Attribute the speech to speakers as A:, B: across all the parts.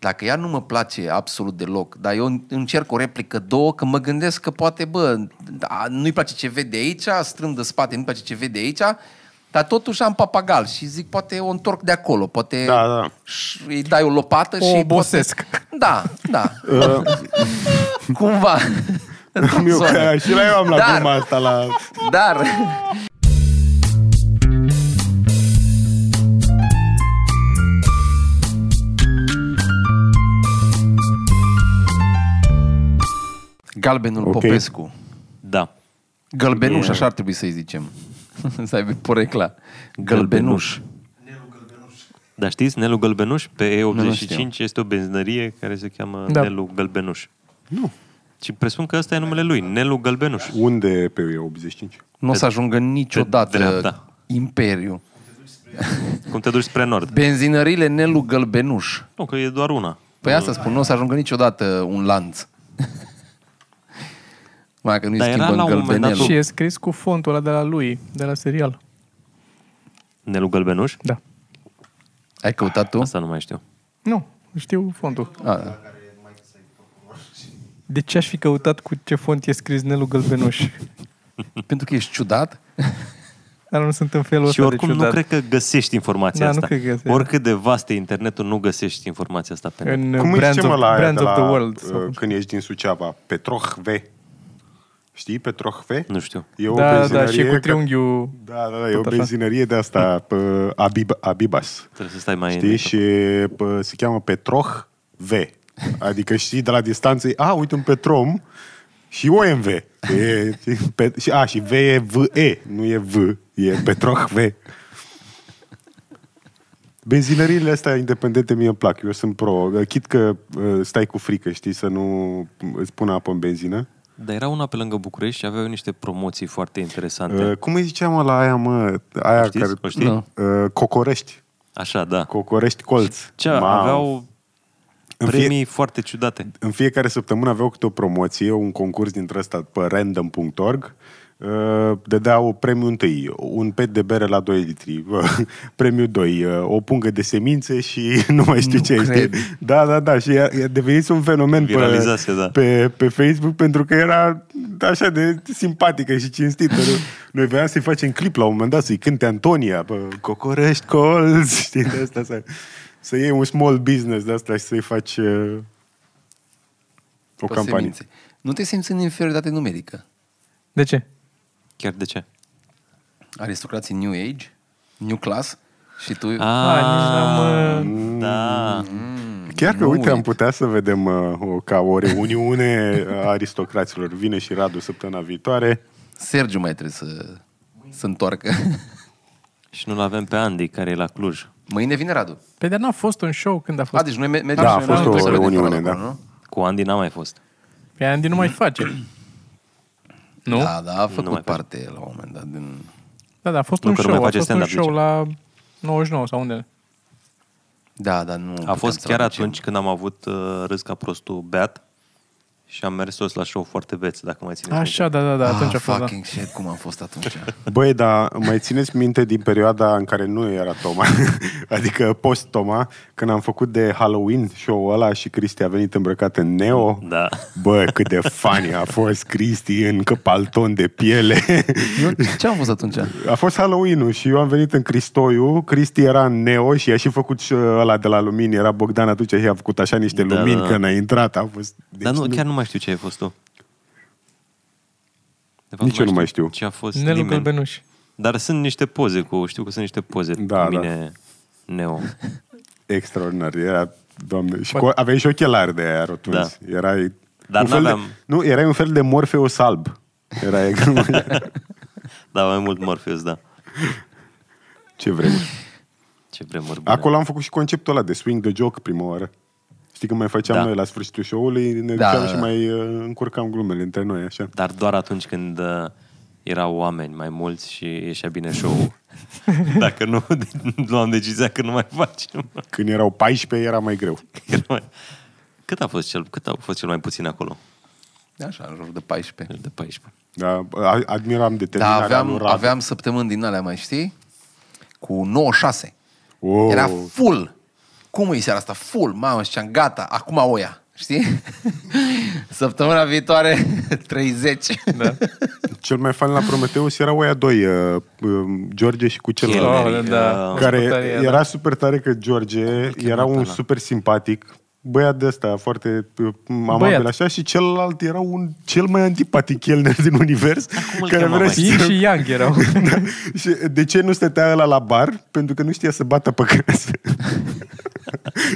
A: Dacă ea nu mă place absolut deloc, dar eu încerc o replică, două, că mă gândesc că poate, bă, da, nu-i place ce vede aici, strâmb de spate, nu-i place ce vede aici, dar totuși am papagal și zic, poate o întorc de acolo, poate
B: Da, da.
A: și îi dai o lopată
C: O
A: și...
C: obosesc.
A: Poate... Da, da. Cumva.
B: Uh. Eu, ca, și la eu am la
A: Dar-
B: gluma asta la...
A: Dar... Galbenul
B: Ok.
A: okay. Popescu.
D: Da.
A: Gălbenuș, așa ar trebui să-i zicem. să aibă porecla. Gălbenuș.
D: Dar știți, Nelu Gălbenuș, pe
A: Nu
D: E85
A: știu.
D: este o benzinărie care se cheamă
C: Da.
D: Nelu Gălbenuș. Nu. Și presupun că ăsta e numele lui, Nelu Gălbenuș.
B: Unde e pe 85?
A: Nu o să ajungă niciodată
D: dreapta.
A: imperiu.
D: Cum te duci spre nord.
A: Benzinările Nelu Gălbenuș.
D: Nu, că e doar una.
A: Păi asta spun, nu o să ajungă niciodată un lanț. Mai că nu-i
D: Dar era
A: schimbă
D: la
A: în
D: un moment dat
A: gălbenel.
C: Și e scris cu fontul ăla de la lui, de la serial.
D: Nelu Gălbenuș?
C: Da.
A: Ai căutat tu?
D: Asta nu mai știu.
C: Nu, știu fontul.
A: A, da.
C: De ce aș fi căutat cu ce font e scris Nelu Gălbenuș?
A: Pentru că ești ciudat?
C: Dar nu sunt în felul
D: Și
C: ăsta
D: oricum
C: de
D: nu
C: ciudat.
D: cred că găsești informația
C: Da, nu
D: asta.
C: cred că găsești.
D: Oricât de vast e internetul, nu găsești informația asta pe net.
C: În
B: Cum îi
C: Brands,
B: zice,
C: of,
B: mă, la, aia
C: Brands
B: de
C: of
B: la
C: the World.
B: uh,
C: Sau...
B: când ești din Suceava? Petroh V. Știi Petroh V?
D: Nu știu.
B: E o
C: Da, da,
B: benzinărie
C: și cu
B: ca-
C: triunghiul...
B: Da, da, da, e o
C: Tot așa.
B: benzinărie de asta, pe Abib, Abibas.
D: Trebuie să stai mai
B: Știi?
D: în-
B: Și pă, se cheamă Petroh V. Adică știi, de la distanță, e, a, uite un Petrom și OMV. E, pe, și, a, și V e VE, nu e V, e Petroh V. Benzinăriile astea independente mie îmi plac, eu sunt pro. Chit că ă, stai cu frică, știi, să nu îți pună apă în benzină.
D: Dar era una pe lângă București și aveau niște promoții foarte interesante.
B: Uh, cum îi ziceam mă, la aia, mă, aia
D: O știți?
B: care...
D: O știi? Da.
B: Uh, Cocorești.
D: Așa, da.
B: Cocorești colț.
D: Ce
B: Mamă.
D: aveau
B: În fie-
D: premii foarte ciudate.
B: în fiecare săptămână aveau câte o promoție, un concurs dintre ăsta pe random.org, uh, dădeau premiu întâi, un pet de bere la 2 litri, uh, premiu 2, uh, o pungă de semințe și nu mai știu
A: Nu
B: ce este.
A: cred.
B: Da, da, da, și a, a devenit un fenomen pe,
D: Viralizase, da.
B: pe, pe Facebook pentru că era așa de simpatică și cinstită. Noi- Noi voiam să-i facem clip la un moment dat, să-i cânte Antonia, bă, Cocorești colț, știi, de asta să, să iei un small business de asta și să-i faci uh, o
A: Pe
B: campanie.
A: semințe. Nu te simți în inferioritate numerică.
C: De ce?
D: Chiar de ce?
A: Aristocrații New Age, New Class și tu...
D: Ah.
C: A, nici n-am... uh,
D: da.
B: Chiar că,
A: Nu
B: uite,
A: uit.
B: am putea să vedem uh, o, ca o reuniune a aristocraților. Vine și Radu săptămâna viitoare.
A: Sergiu mai trebuie să să întoarcă.
D: Și nu-l avem pe Andy, care e la Cluj.
A: Mâine vine Radu.
C: Păi dar n-a fost un show când a fost.
A: A, deci noi mer- mergem
B: Da,
A: și
B: a
A: noi
B: fost
A: la-
B: o
A: să vedem
B: reuniune,
A: acolo,
B: da.
A: nu?
D: Cu Andy n-a mai fost.
C: Pe Păi, Andy nu mai face. nu?
A: Da, da, a
D: mai face.
A: făcut parte la un moment dat din...
C: Da, da, a fost
D: Nu,
C: un
D: că nu mai
C: show. A
D: face
C: fost un
D: stand-up,
C: show
D: zice.
C: la 99 sau unde.
A: Da, dar nu...
D: A
A: putem
D: fost
A: să-l
D: chiar
A: aducem.
D: atunci când am avut uh, râs ca prostul beat și am mers toți la show foarte beți, dacă mai țineți minte.
C: Așa, da, da, da, atunci a
A: ah,
C: fost, da.
A: fucking shit, cum am fost atunci.
B: Băi, dar mai țineți minte din perioada în care nu era Toma, adică post-Toma, când am făcut de Halloween show-ul ăla și Cristi a venit îmbrăcat în neo?
D: Da.
B: Bă, cât de funny a fost Cristi în palton de piele.
A: Eu, ce am fost atunci?
B: A fost Halloween-ul și eu am venit în Cristoiu, Cristi era în Neo și a și făcut și ăla de la lumini, era Bogdan atunci și a făcut așa niște
D: Da,
B: lumini
D: da.
B: când a intrat, a fost... Deci
D: Dar nu, chiar nu mai știu ce ai fost tu. De
B: Nici eu nu mai știu.
D: Ce a fost
C: Nelu
D: nimeni.
C: Gălbenuș.
D: Dar sunt niște poze cu, știu că sunt niște poze
B: Da,
D: da, cu
B: da.
D: mine Neo.
B: Extraordinar, era... Doamne, și cu, aveai și ochelari de aia rotunzi. Da. Erai
D: Dar
B: un fel de,
D: n-aveam.
B: nu, erai un fel de Morpheus alb. Era exact-
D: Da, mai mult Morpheus, da.
B: ce vrem.
D: Ce vremuri bune.
B: Acolo am făcut și conceptul ăla de swing the joke prima oară. Știi când mai făceam
D: Da.
B: da. noi la sfârșitul show-ului, ne
A: Da,
B: duceam
A: da,
B: și
A: da.
B: mai uh, încurcam glumele între noi, așa.
D: Dar doar atunci când uh, erau oameni mai mulți și ieșea bine show Dacă nu, luam decizia că nu mai facem.
B: Când erau 14, era mai greu.
D: Era mai- Cât a fost cel, cât a fost cel mai puțin acolo?
A: Așa, în jur de 14.
D: De 14.
B: Da, a- admiram
A: Dar
B: determinarea lui
A: Da, aveam,
B: Radu.
A: aveam săptămâni din alea, mai știi? Cu 96.
B: Oh.
A: Era full. cum e seara asta? Full, mamă, și am gata, acum oia. Știi? Săptămâna viitoare, 30. Da.
B: Cel mai fan la Prometeus erau aia doi, uh, uh, George și cu celălalt.
D: Chelnerii.
C: da.
B: care
C: Super tare,
B: era super tare că George era un super simpatic, băiat de ăsta foarte uh, amabil
C: Băiat.
B: așa și celălalt era un cel mai antipatic chelner din univers
D: Acum îl
B: care
D: chema
B: vrea
D: mai.
B: să
C: Yin și Yang erau.
B: da. Și de ce nu stătea ăla la bar? Pentru că nu știa să bată pe creze.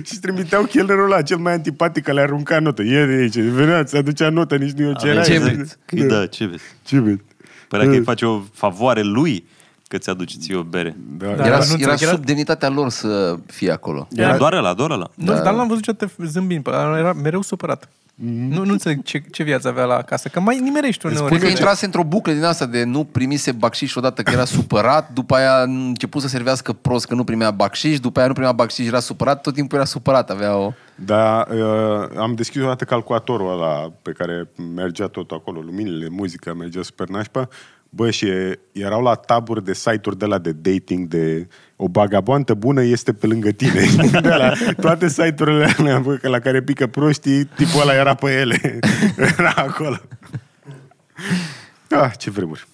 B: și trimiteau chelnerul ăla, cel mai antipatic, care le arunca notă. E de aici, venea, ți aducea notă, nici nu e ce era.
A: ce
B: Da.
A: vezi?
D: Că-i Da, ce vezi?
B: Ce vezi?
D: Părea că
B: Da.
D: îi face o favoare lui că ți aduce ție o bere.
B: Da.
C: Da.
A: Era,
C: nu
A: era
C: înțeleg, era-
A: sub demnitatea lor să fie acolo.
D: Era doar ăla, doar ăla.
C: Nu, dar l-am văzut niciodată zâmbind, era mereu supărat.
B: Mhm.
C: Nu, nu înțeleg ce, ce viață avea la acasă, că mai nimerești uneori.
A: Spune că intrase într-o buclă din asta de nu primise bacșiș odată că era supărat, după aia a început să servească prost că nu primea bacșiș, după aia nu primea bacșiș, era supărat, tot timpul era supărat, avea o...
B: Dar uh, am deschis o dată calculatorul ăla pe care mergea tot acolo, luminile, muzica, mergea super nașpa. Bă, și e, erau la taburi de site-uri de la de dating, de o bagaboantă bună este pe lângă tine. de la toate site-urile alea, bă, că la care pică proștii, tipul ăla era pe ele. era acolo. Ah, ce vremuri.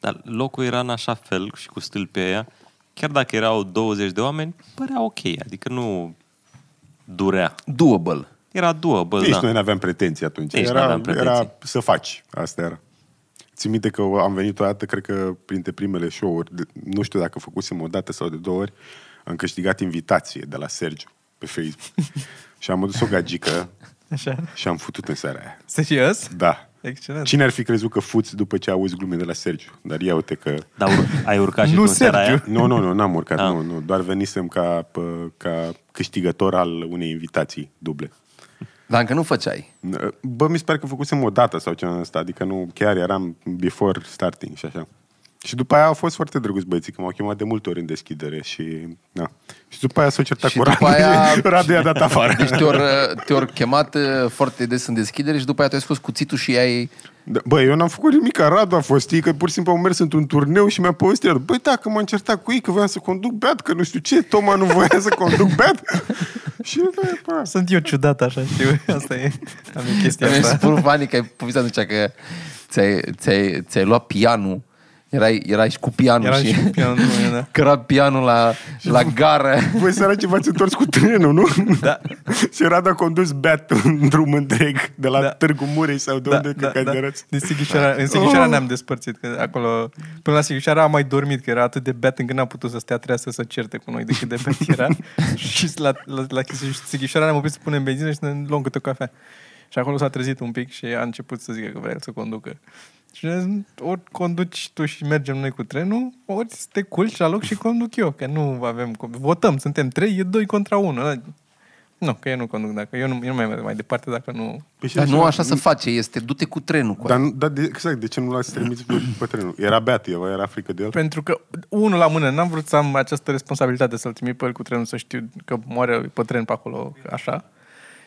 D: Dar locul era în așa fel și cu stâlpi pe aia, chiar dacă erau 20 de oameni, părea ok, adică nu durea.
A: Doable.
D: Era două, bă,
B: Nici da. noi
D: da.
B: nu aveam pretenții atunci.
D: Nici
B: era,
D: n-aveam pretenții.
B: era să faci. Asta era. Țin minte că am venit o dată, cred că printre primele show-uri, de- nu știu dacă făcusem o dată sau de două ori, am câștigat invitație de la Sergiu pe Facebook. și am adus o gagică
C: Așa.
B: și am futut în seara aia.
C: Serios?
B: Da.
C: Excelent.
B: Cine ar fi crezut că fuți după ce auzi glume de la Sergiu? Dar ia uite că...
D: Dar ur- ai urcat și
C: Nu
D: tu în seara aia?
B: Nu, nu, nu, n-am urcat,
D: Ah.
B: nu, nu. Doar venisem ca, pă, ca câștigător al unei invitații duble.
A: Dar încă nu făceai.
B: Bă, mi se pare că făcusem o dată sau ceva în ăsta, adică nu, chiar eram before starting și așa. Și după aia au fost foarte drăguți băieții, că m-au chemat de multe ori în deschidere și, na. Și după aia s-au certat
A: Și
B: cu
A: după
B: Radu aia...
A: aia-
B: și Radu i-a dat afară.
A: Deci te-or, te-or chemat uh, foarte des în deschidere și după aia tu ai scos cuțitul și ai...
B: Da, Bă, eu n-am făcut nimic, Radu a fost, știi, că pur și simplu am mers într-un turneu și mi-a povestit, el, băi, da, că m-am certat cu ei, că voiam să conduc beat, că nu știu ce, Toma nu voia să conduc beat. și da, bă,
C: Sunt eu ciudat așa, știu. Asta e. Am e chestia
A: Mi-ai
C: asta.
A: spus banii că ai povestit atunci că ți-ai, ți-ai, ți-ai luat pianul, erai, erai și cu pianul
C: Era
A: și...
C: și cu pianul meu, da.
A: Că era pianul la, la gară.
B: voi săraci v-ați întors cu trenul, nu?
C: Da.
B: Și Radu a condus beat un drum întreg de la da.
C: Da.
B: Târgu Mureș sau de da, unde da, da. erați.
C: Din Sighișoara, în Sighișoara ne-am despărțit. Că acolo, până la Sighișoara am mai dormit, că era atât de beat încât n-am putut să stea, trebuia să se certe cu noi de cât de beat era. și la, la, la Sighișoara ne-am oprit să punem benzină și ne luăm câte o cafea. Și acolo s-a trezit un pic și a început să zică că vrea el să conducă. Și ne-a zis, ori conduci tu și mergem noi cu trenul, ori te culci la loc și conduc eu, că nu avem... cum- Votăm, suntem trei, e doi contra unu. Nu, că eu nu conduc dacă... Eu nu, eu nu mai merg mai departe dacă nu...
B: Păi și
A: Dar
B: de
A: nu
B: ce-
A: așa se face, este du-te cu trenul. Cu
B: Dar, nu- dar de, exact, de ce nu l-ați trimis pe, pe trenul? Era beat, eu, era frică de el.
C: Pentru că, unul la mână, n-am vrut să am această responsabilitate să-l trimit pe el cu trenul, să știu că moare pe tren pe acolo, așa.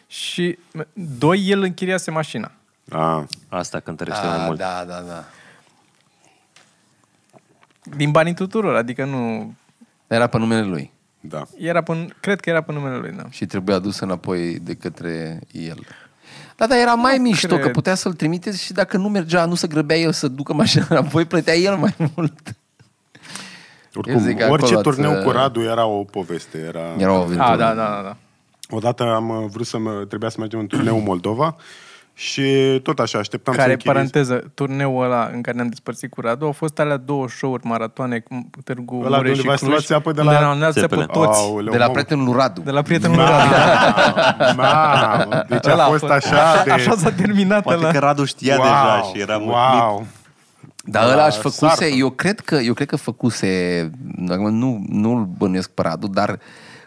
C: Și, doi, el închiriase mașina.
B: Ah,
D: Asta cântărește mai
A: Ah,
D: mult.
A: da, da, da.
C: Din banii tuturor, adică nu...
A: Era pe numele lui
B: da.
C: Era până, cred că era pe numele lui, da.
A: și trebuia dus înapoi de către el. Da, dar era mai nu mișto, cred. că
C: cred.
A: putea să-l trimiteți și dacă nu mergea, nu se grăbea el să ducă mașina înapoi, plătea el mai mult.
C: Ah,
A: Eu zic
B: Oricum,
A: că
B: orice
A: acolo
B: turneu
A: ați- uh,
B: cu Radu era o poveste. Era...
A: Era o aventură.
C: A, da, da, da, da.
B: Odată am uh, vrut să mă, trebuia să mergem în turneu în Moldova și tot așa așteptam să
C: Care,
B: închiriez.
C: paranteză, turneul ăla în care ne-am despărțit cu Radu, au fost alea două show-uri maratoane, cum Târgu
B: Ăla de
C: Mureș
B: unde
C: și
B: v-ați
C: Cluj,
B: luați apă de la-
C: unde ne-am luat apă
D: Țepele.
C: toți.
B: Aoleu,
A: De la
B: mamă.
A: prietenul lui Radu.
C: De la prietenul lui Radu.
B: Mamă, mamă, Da. deci a
C: Ăla
B: fost așa de...
C: Așa s-a terminat
D: Poate
C: ăla.
D: că Radu știa
B: wow,
D: deja și era mulțumit.
B: wow.
A: Dar
B: de
A: ăla
B: la
A: aș făcuse,
B: Sartă.
A: eu cred că, eu cred că făcuse, acum nu, nu-l bănuiesc pe Radu, dar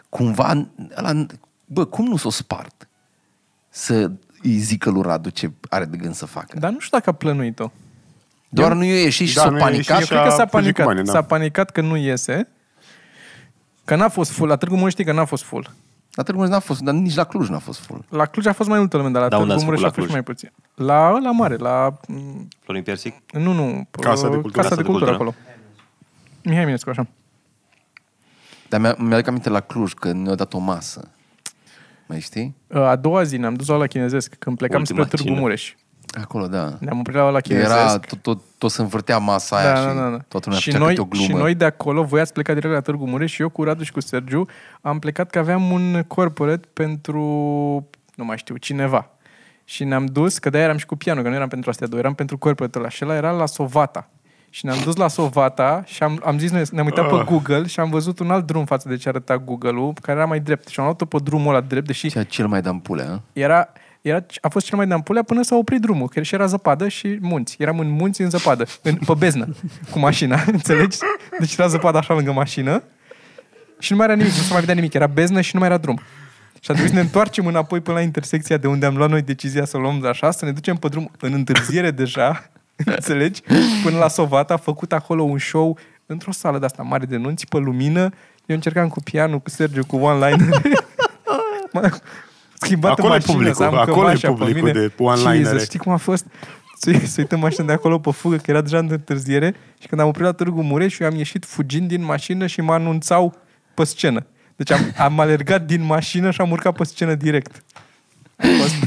A: cumva, ăla, bă, cum nu s-o spart să îi zică lui Radu ce are de gând să facă?
C: Dar nu știu dacă a plănuit-o.
A: Doar nu i-a ieșit și
B: Da,
A: s-o
B: nu i-a ieșit
A: panicat.
B: și
C: Eu cred că
B: a
C: s-a
B: fugit cu
C: panicat.
B: banii, da.
C: S-a panicat că nu iese. Că n-a fost full. La Târgu Mureș știi că n-a fost full.
A: La Târgu Mureș n-a fost, dar nici la Cluj n-a fost full.
C: La Cluj a fost mai multă lume, dar la
D: Dar unde
C: Târgu
D: ați
C: Mureș a
D: făcut
C: fost
D: la
C: și mai puțin. La la mare, la... m,
D: Florin Piersic?
C: Nu, nu. p-
B: Casa de cultură.
C: Casa de cultură acolo. Mihai Minescu, așa.
A: Dar mi-a- mi-aduc aminte la Cluj, că ne-a dat o masă. Mai știi?
C: A doua zi ne-am dus la ăla chinezesc, când plecam
D: Ultima
C: spre Târgu
D: cină.
C: Mureș.
A: Acolo, da.
C: Ne-am oprit la ăla chinezesc.
A: Era, tot, tot, tot se învârtea masa
C: Da,
A: aia și toată lumea
C: și
A: făcea
C: noi,
A: câte o glumă.
C: Și noi de acolo, voi ați plecat direct la Târgu Mureș și eu cu Radu și cu Sergiu am plecat că aveam un corporate pentru, nu mai știu, cineva. Și ne-am dus, că de-aia eram și cu pianul, că nu eram pentru astea două, eram pentru corporate-ul ăla. Și ăla era la Sovata. Și ne-am dus la Sovata și am, am zis, noi ne-am uitat
A: Ah.
C: pe Google și am văzut un alt drum față de ce arăta Google-ul, care era mai drept. Și am luat-o pe drumul ăla drept, deși
A: Ceea cel mai dam pulea, a?
C: era, era, a fost cel mai de pulea până s-a oprit drumul, că și era zăpadă și munți. Eram în munți în zăpadă, în, pe beznă, cu mașina, înțelegi? Deci era zăpadă așa lângă mașină și nu mai era nimic, nu se mai vedea nimic, era beznă și nu mai era drum. Și a trebuit să ne întoarcem înapoi până la intersecția de unde am luat noi decizia să o luăm așa, să ne ducem pe drum în întârziere deja, înțelegi? Până la Sovata a făcut acolo un show într-o sală de asta mare de nunți, pe lumină. Eu încercam cu pianul, cu Sergiu, cu one-liner. M-a schimbat
B: Acolo
C: în
B: e
C: mașină,
B: publicul,
C: să am
B: acolo e
C: cămașa pe
B: publicul
C: mine.
B: de one-linere.
C: Jesus, știi cum a fost? Să să uităm mașina de acolo pe fugă, că era deja în întârziere și când am oprit la Târgu Mureș, eu am ieșit fugind din mașină și mă anunțau pe scenă. Deci am, am alergat din mașină și am urcat pe scenă direct. A fost...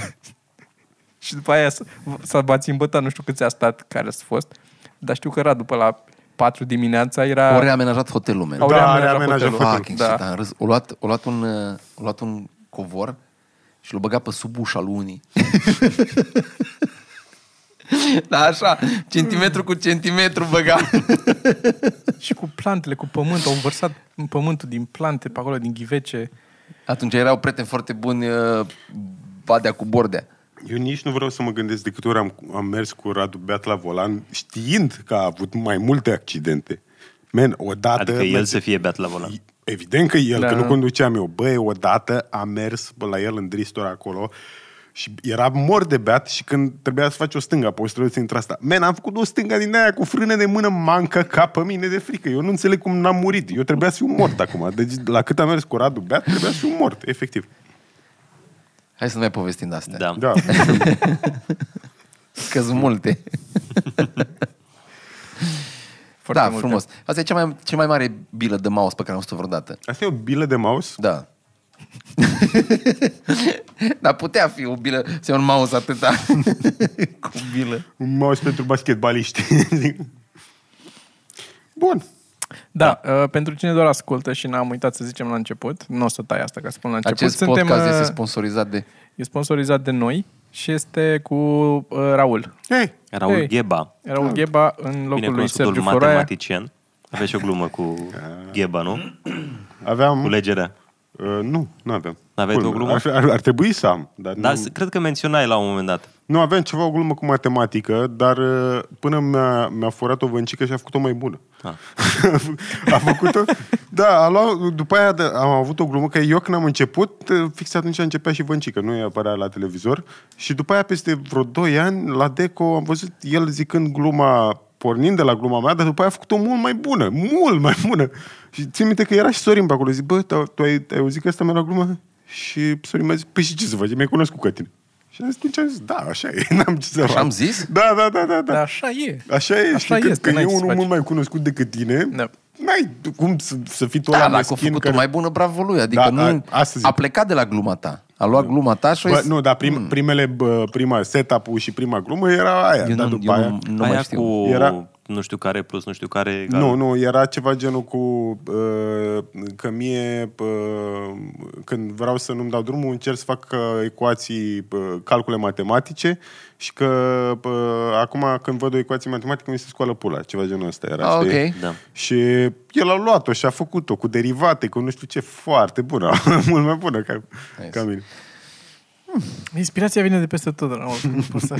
C: și după aia s- s-a bațin băta, nu știu câți a stat, care a fost, dar știu că era după la 4 dimineața, era...
A: Ori a amenajat hotelul meu.
C: Da. au
B: Da,
C: reamenajat
B: reamenajat
C: hotelul.
B: hotelul.
A: Fucking
C: Fucking
A: da.
C: shit,
A: shit, am râs. O luat, o luat, un, uh, o luat un covor și l-a băgat pe sub ușa lui unii. da, așa, centimetru cu centimetru băga.
C: Și cu plantele, cu pământ, au vărsat pământul din plante pe acolo, din ghivece.
A: Atunci erau prieteni foarte buni uh, Badea cu Bordea.
B: Eu nici nu vreau să mă gândesc de câte ori am, am mers cu Radu Beat la volan, știind că a avut mai multe accidente. Man, odată...
D: Adică el
B: merge-
D: să fie beat la volan.
B: Evident că el,
C: Da.
B: da. că nu conduceam eu. Băi, odată am mers la el în Dristor acolo și era mor de beat și când trebuia să faci o stânga, apoi să trebuie să intra asta. Man, am făcut o stânga din aia cu frână de mână, mancă ca pe mine de frică. Eu nu înțeleg cum n-am murit. Eu trebuia să fiu mort acum. Deci la cât am mers cu Radu Beat, trebuia să fiu mort, efectiv.
A: Hai să nu mai povestim de astea.
D: Da.
B: Da.
A: că sunt multe.
C: Foarte
A: da,
C: multe.
A: frumos. Asta e cea mai, cea mai mare bilă de mouse pe care am văzut-o vreodată.
B: Asta e o bilă de mouse?
A: Da. Dar putea fi o bilă, să e un mouse atâta. cu bilă.
B: Un mouse pentru basketbaliști. Bun.
C: Da, da. Uh, pentru cine doar ascultă și n-am uitat să zicem la început, nu o să tai asta ca să spun la început.
A: Acest podcast
C: uh,
A: este sponsorizat de...
C: e sponsorizat de noi și este cu uh, Raul.
B: Hei,
D: Raul
C: Ei.
D: Gheba,
C: Raul Gheba în locul lui Sergiu
D: binecunoscutul
C: Foraia.
D: matematician. Aveai și o glumă cu Gheba, nu?
B: aveam...
D: Cu legerea.
B: Uh, nu, nu aveam.
D: N-aveai
B: Culme.
D: Da, tu o glumă?
B: Ar, fi- ar, ar trebui să am, dar
D: Dar
B: nu...
D: s- cred că menționai la un moment dat.
B: Nu, aveam ceva o glumă cu matematică, dar uh, până mi-a, mi-a furat o vâncică și a făcut-o mai bună.
D: Ah.
B: a făcut-o... Da, a luat, după aia de- am avut o glumă, că eu când am început, uh, fix atunci începea și vâncică, nu e apărea la televizor. Și după aia, peste vreo 2 ani, la Deco am văzut el zicând gluma pornind de la gluma mea, dar după aia a făcut-o mult mai bună, mult mai bună. Și țin minte că era și Sorin pe acolo, zic, bă, tu tu ai, ai auzit că asta mi-a luat glumă? Și Sorin mi-a zis, păi și ce să faci, mi-ai cunoscut ca tine. Și atunci am zis, da, așa e, n-am ce să fac.
A: am zis?
B: Da, da, da, da. da.
C: Da, așa e.
B: Așa e,
C: Așa
B: Așa știi, că,
C: este,
B: că
C: n-ai
B: e
C: ce să
B: unul
C: faci.
B: mult mai cunoscut decât tine.
C: Da.
B: N-ai cum să, să fii tu
A: Da,
B: ăla
A: dacă a
B: meschin
A: făcut-o mai bună, bravo lui. Adică
B: Da,
A: nu...
B: a- asta zic.
A: a plecat de la gluma ta. A luat gluma ta și a
B: Bă,
A: zis-
B: nu, dar prim, primele, bă, prima setup-ul și prima glumă era aia,
A: Eu
B: dar
A: nu,
B: da, după
A: eu
B: aia...
A: nu, nu
D: Aia
A: mai știu.
D: cu
B: Era-
D: nu știu care plus nu știu care
A: Da.
D: egal.
B: Nu, nu, era ceva genul cu uh, că mie uh, când vreau să nu-mi dau drumul încerc să fac uh, ecuații, uh, calcule matematice și că uh, acum când văd o ecuație matematică mi se scoală pula, ceva genul ăsta era,
A: Ah,
B: știi?
A: ok.
D: Da.
B: Și el a luat-o și a făcut-o cu derivate, cu nu știu ce, foarte bună, mult mai bună ca,
A: Nice.
B: ca mine.
C: Inspirația vine de peste tot, Raul. nu pot să-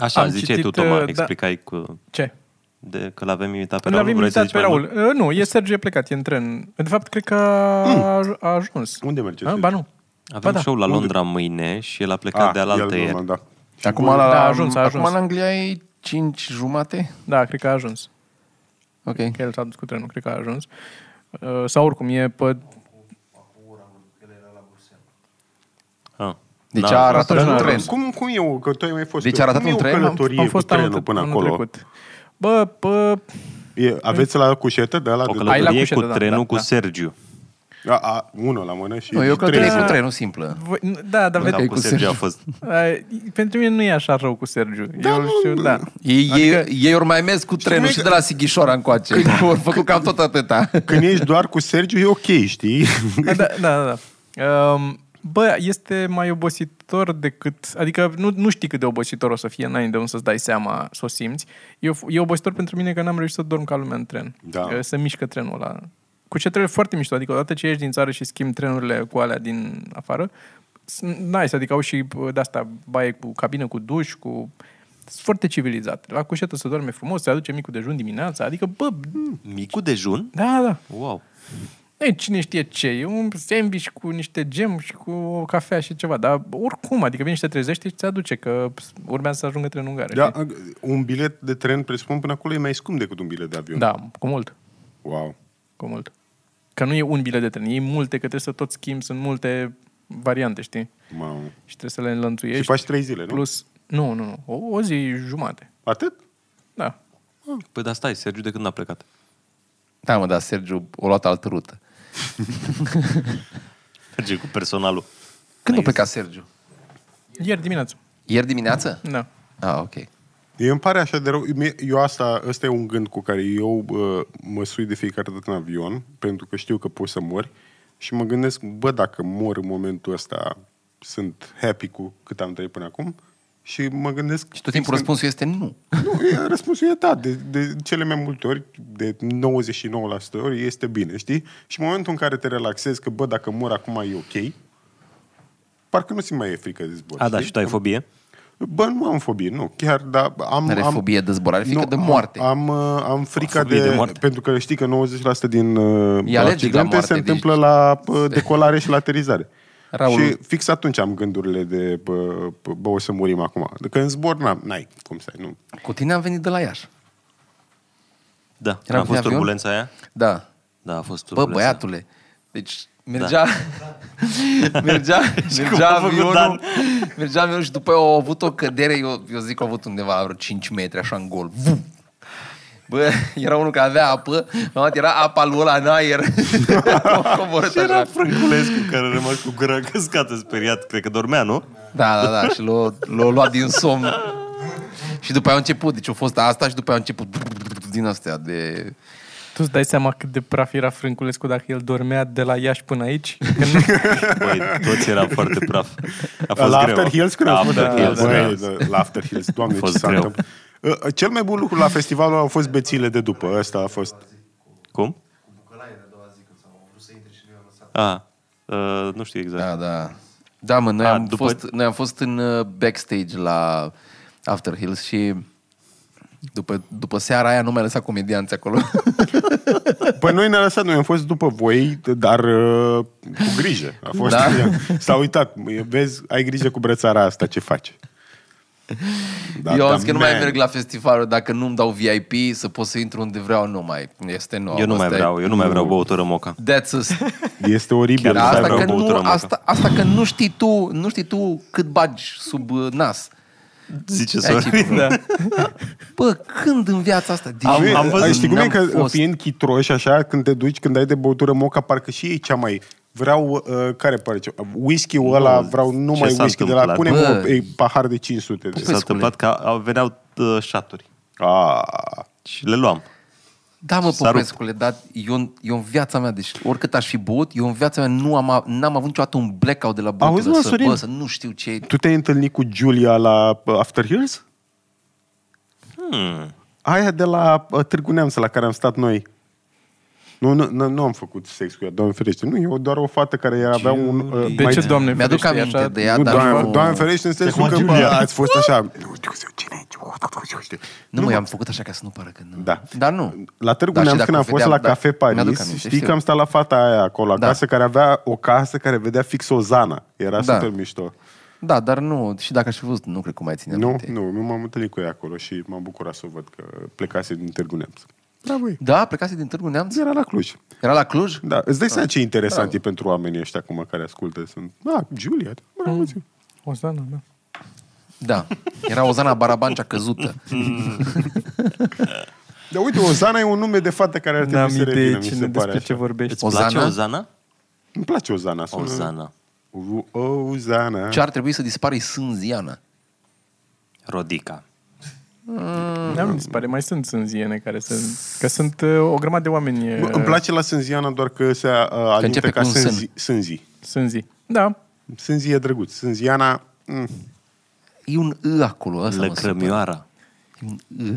D: Așa,
C: Am
D: ziceai tu,
C: citit,
D: Toma,
C: uh, da.
D: explicai cu...
C: Ce?
D: De, că l-avem invitat pe
C: L-am
D: Raul, vrei să
C: invitat
D: zici
C: pe
D: mai
C: Raul.
D: mult?
C: Uh, Nu, e Sergiu e plecat, e în tren. De fapt, cred că a, a ajuns.
B: Mm. Unde merge
C: Ah,
B: Sergiu?
C: Ba nu.
D: Avem
C: da.
D: show la Londra mâine și el a plecat de alaltă
B: Ah, el,
D: ieri.
B: normal, da.
A: Și acum, la,
C: Da, a ajuns, a ajuns.
A: acum în Anglia e 5 jumate?
C: Da, cred că a ajuns.
A: Ok.
C: Că el s-a dus cu trenul, cred că a ajuns. Uh, Sau oricum, e pe...
D: Ah.
A: Deci
D: N-a-
A: a arătat
C: atunci
A: un
C: n-a
A: tren.
C: ajuns.
B: Cum, cum eu, că tu ai mai fost
A: Deci
B: pe-
A: a ratat
B: cum e
A: un
B: o
A: tren? Am-
B: călătorie
C: Am fost
B: cu trenul
C: anul,
B: până
C: anul
B: acolo.
C: trecut. Bă, bă,
B: E, aveți la cușetă de la...
D: O
B: De,
C: Ai la
D: călătorie
C: cușetă,
D: cu
C: da,
D: trenul
C: da,
D: cu
C: da.
D: Sergiu.
B: a, a, unul la mână și...
A: Nu, eu cred că
B: trei.
A: e cu trenul simplă.
C: Voi- n- Da, dar
D: Da,
C: vede,
A: cu
D: cu Sergiu
A: Sergiu.
D: a fost.
C: ai- pentru mine nu e așa rău cu Sergiu. Da, Eu știu, da.
A: Ei, adică... ei, ei ori mai mers cu trenul și de la Sighișoara încoace. Ori făcut cam tot atâta.
B: Când ești doar cu Sergiu, e ok, știi?
C: Da, da, da. da. Um, bă, este mai obositor decât... Adică nu, nu știi cât de obositor o să fie înainte de unde să-ți dai seama, să o simți. E, of- e obositor pentru mine că n-am reușit să dorm ca lumea în tren.
B: Da.
C: Uh, Se mișcă trenul ăla. Cu ce trebuie foarte mișto. Adică odată ce ieși din țară și schimbi trenurile cu alea din afară, sunt nice. Adică au și bă, de-asta baie cu cabină, cu duș, cu... Sunt foarte civilizat. La cușetă se dorme frumos, se aduce micul dejun dimineața. Adică, bă,
D: Micul dejun?
C: da, da.
D: Wow.
C: E, cine știe ce, e un sandwich cu niște gem și cu o cafea și ceva, dar oricum, adică vine și te trezește și ți aduce, că urmează să ajungă trenul în gară.
B: da,
C: știi?
B: un bilet de tren, presupun, până acolo e mai scump decât un bilet de avion.
C: da, cu mult,
B: Wow.
C: cu mult. Că nu e un bilet de tren, e multe, că trebuie să tot schimbi, sunt multe variante, știi?
B: Mamă.
C: Și trebuie să le
B: Și
C: înlănțuiești.
B: faci trei zile, nu?
C: plus, nu, nu, nu, o, o zi jumate.
B: Atât?
C: Da.
D: Păi dar stai, Sergiu de când a plecat?
A: Da, mă, dar Sergiu o luat altă rută.
D: Merge cu personalul.
A: Când a plecat Sergiu?
C: Ieri dimineață,
A: Ieri dimineață?
C: da.
A: Ah, ok.
B: Eu îmi pare așa de rău. Mie- Eu asta, ăsta e un gând cu care eu bă, mă sui de fiecare dată în avion, pentru că știu că poți să mori și mă gândesc, bă, dacă mor în momentul ăsta, sunt happy cu cât am trăit până acum și mă gândesc...
A: Și tot timpul
B: sunt-
A: răspunsul este nu.
B: Nu, e, răspunsul e da. De, de cele mai multe ori, de 99% ori, este bine, știi? Și în momentul în care te relaxezi că, bă, dacă mor acum e ok, parcă nu simt mai e frică de zbor.
D: A, da,
B: știi?
D: și tu ai fobie?
B: Bă, nu am fobie, nu. Chiar, dar am...
A: Are
B: am,
A: fobie de zborare, frică de
B: am-
A: moarte.
B: Am, uh, am frica
D: Fobie
B: de,
D: de moarte.
B: Pentru că știi că 90% din uh,
A: E alergic la
B: accidente
A: moarte,
B: se
A: deci-
B: întâmplă la uh, decolare și la aterizare.
A: Raul-
B: Și fix atunci am gândurile de, bă, bă, bă o să murim acum. Că în zbor n-am, n-ai cum să ai, nu.
A: Cu tine am venit de la Iași.
D: Da.
A: Eram
D: a fost
A: pe avion?
D: turbulența aia?
A: Da.
D: Da, a fost
A: Bă,
D: turbulența.
A: băiatule, deci mergea... Da. mergea, mergea
D: a făcut Dan?
A: avionul, mergea avionul și după aia au avut o cădere, eu, eu zic că au avut undeva la vreo 5 metri, așa în gol. Vum! Bă, era unul care avea apă, la un moment dat era apa lui ăla în aer. Au coborât
D: Era
A: așa.
D: Frânculescu care a rămas cu gura căscată, speriat. Cred că dormea, nu?
A: Da, da, da, și l-a, l-a luat din somn. și după aia a început, deci a fost asta și după aia a început din astea de...
C: Tu îți dai seama cât de praf era Frânculescu dacă el dormea de la Iași până aici? Că nu...
D: Băi, toți eram foarte praf. A fost
B: la
D: greu.
B: After Hills când
D: Da,
B: am spus
D: After
B: da,
D: Hills,
B: da,
D: da.
B: da, la After Hills, doamne,
D: A
B: ce
D: fost
B: s-a
D: greu.
B: întâmplat. Uh, uh, Cel mai bun lucru la festivalul au fost bețile de după. Ăsta a fost.
D: Cum? A, uh, nu știu exact.
A: Da, da. Da, mă, noi,
D: A,
A: am,
D: după-
A: după... fost, noi am fost în uh, backstage la After Hills și după, după seara aia nu mai lăsa comedianți acolo.
B: Păi noi ne-a lăsat, noi am fost după voi, dar uh, cu grijă. A fost, da?
A: Da.
B: S-a uitat, vezi, ai grijă cu brățara asta, ce faci.
A: Da, Eu am
B: dar,
A: zis că nu mai
B: man,
A: merg la festival dacă nu-mi dau VIP să pot să intru unde vreau, nu mai. Este nou.
D: Eu nu mai
A: Asta e-
D: vreau, eu nu mai vreau băutură moca.
A: That's a...
B: Este oribil.
D: Chiar
A: Da,
D: nu mai
A: asta,
D: vreau
A: că nu,
D: băutură, mă,
A: asta, asta că nu știi tu, nu știi tu cât bagi sub uh, nas.
D: Zice
A: Ai
D: Sorin.
A: citit,
D: Da.
A: Bă, când în viața asta? Din
D: Am-
B: Am, am
D: am văzut,
B: văzut, știi cum e
A: n-am
B: că
A: fost.
B: fiind chitroși așa, când te duci, când ai de băutură moca, parcă și ei cea mai... Vreau, uh, care pare ce? Whisky-ul ăla, vreau numai
D: s-a
B: whisky de la...
D: întâmplat? Păi-
B: Pune
A: Bă.
B: un pahar de 500 de...
D: S-a întâmplat că au- veneau uh, șaturi
B: A,
D: și le luam.
A: Da, mă,
D: S-a rupt.
A: Popescule, dar eu, în- eu în viața mea, deci oricât aș fi băut, eu în viața mea nu am, a- n-am avut niciodată un blackout de la băutură.
B: Auzi, mă,
A: să,
B: Sorin.
A: bă, să nu știu ce e.
B: tu te-ai întâlnit cu Julia la uh, After Hills?
D: Hmm.
B: Aia de la uh, Târgu Neamță, la care am stat noi. Nu, nu, nu, nu am făcut sex cu ea, doamne ferește. Nu, eu doar o fată care avea un... Uh,
C: De ce, doamne,
A: Mi-aduc
C: ferește, e
A: aminte
C: așa?
A: de ea,
B: nu,
A: dar
B: doamne,
A: nu,
B: doamne ferește în sensul că bă, ați fost așa... Nu știu cine e,
A: nu, mă, i-am făcut așa ca să nu pară că nu.
B: Da.
A: Dar nu.
B: La Târgu
A: Da, și
B: Neamț,
A: dacă
B: când am fost
A: vedeam-
B: la
A: da,
B: Cafe
A: mi-aduc
B: Paris,
A: aminte,
B: știi că
A: știu.
B: am stat la fata aia acolo,
A: Da.
B: acasă, care avea o casă care vedea fix o zană. Era
A: Da.
B: super mișto.
A: Da, dar nu. Și dacă aș fi văzut, nu cred că mai ține
B: Nu,
A: aminte.
B: nu, nu m-am întâlnit cu ea acolo și m-am bucurat să o văd că plecase din Târgu Neamț. Da, băi.
A: Da, plecase din Târgu Neamț?
B: Era la Cluj.
A: Era la Cluj?
B: Da, îți dai seama ce interesant
A: Da.
B: e pentru oamenii ăștia acum care ascultă. Sunt, ah, Julia, bravo,
A: Mm.
B: ție.
C: O să, da, da.
B: Da.
A: Da. Era Ozana Barabancea căzută.
B: Dar uite, Ozana e un nume de fată care ar
C: N-am
B: trebui să revină,
C: idee
B: mi
C: cine,
B: se pare
C: despre ce
B: așa.
C: vorbești.
D: Îți place
A: Ozana?
D: Ozana?
B: Îmi place Ozana. Sună...
D: Ozana.
B: U- Ozana.
A: Ce ar trebui să dispară e sânziana.
D: Rodica.
C: Nu mi se pare, mai sunt sânziene care sunt... Că sunt uh, o grămadă de oameni
B: Bă,
C: uh,
B: Îmi place la Sânziana doar că se uh, alintă
A: începe
B: ca
A: cu un sân.
B: sânzi, sânzi.
C: sânzi. Da,
B: Sânzi e drăguț. Sânziana... Mm.
A: E un î acolo. Ăsta mă supără.
D: Lăcrămioara.
A: E un î.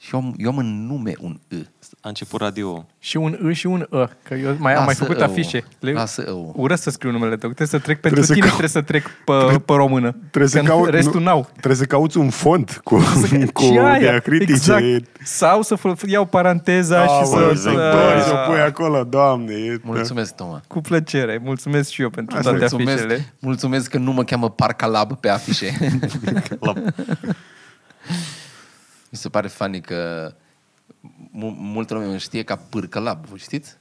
A: Și eu am, eu am în nume un î.
D: A început radio.
C: și un î și un ă. Că eu mai am mai
A: Lasă
C: făcut
A: ă-ul.
C: afișe.
A: Lasă ă-ul.
C: Urăsc să scriu numele tău. Trebuie să trec pentru
B: să
C: tine,
B: cau-
C: trebuie să trec pe, pe română.
B: Trebuie să
C: Că
B: caut,
C: Restul
B: nu-
C: n-au.
B: Trebuie să cauți un font cu, cu
C: Și aia,
B: diacritice.
C: Exact. Sau să fol- iau paranteza
B: Aoleu,
C: și să...
B: să
D: da.
B: dai și o pui acolo, doamne. E,
A: Mulțumesc, Toma.
C: Cu plăcere. Mulțumesc și eu pentru
B: Asta
C: toate
A: Mulțumesc,
C: afișele.
A: mulțumesc că nu mă cheamă Parcalab pe afișe.
D: La...
A: Mi se pare funny că mu- multă lume mă știe ca Pârcălab, vă știți?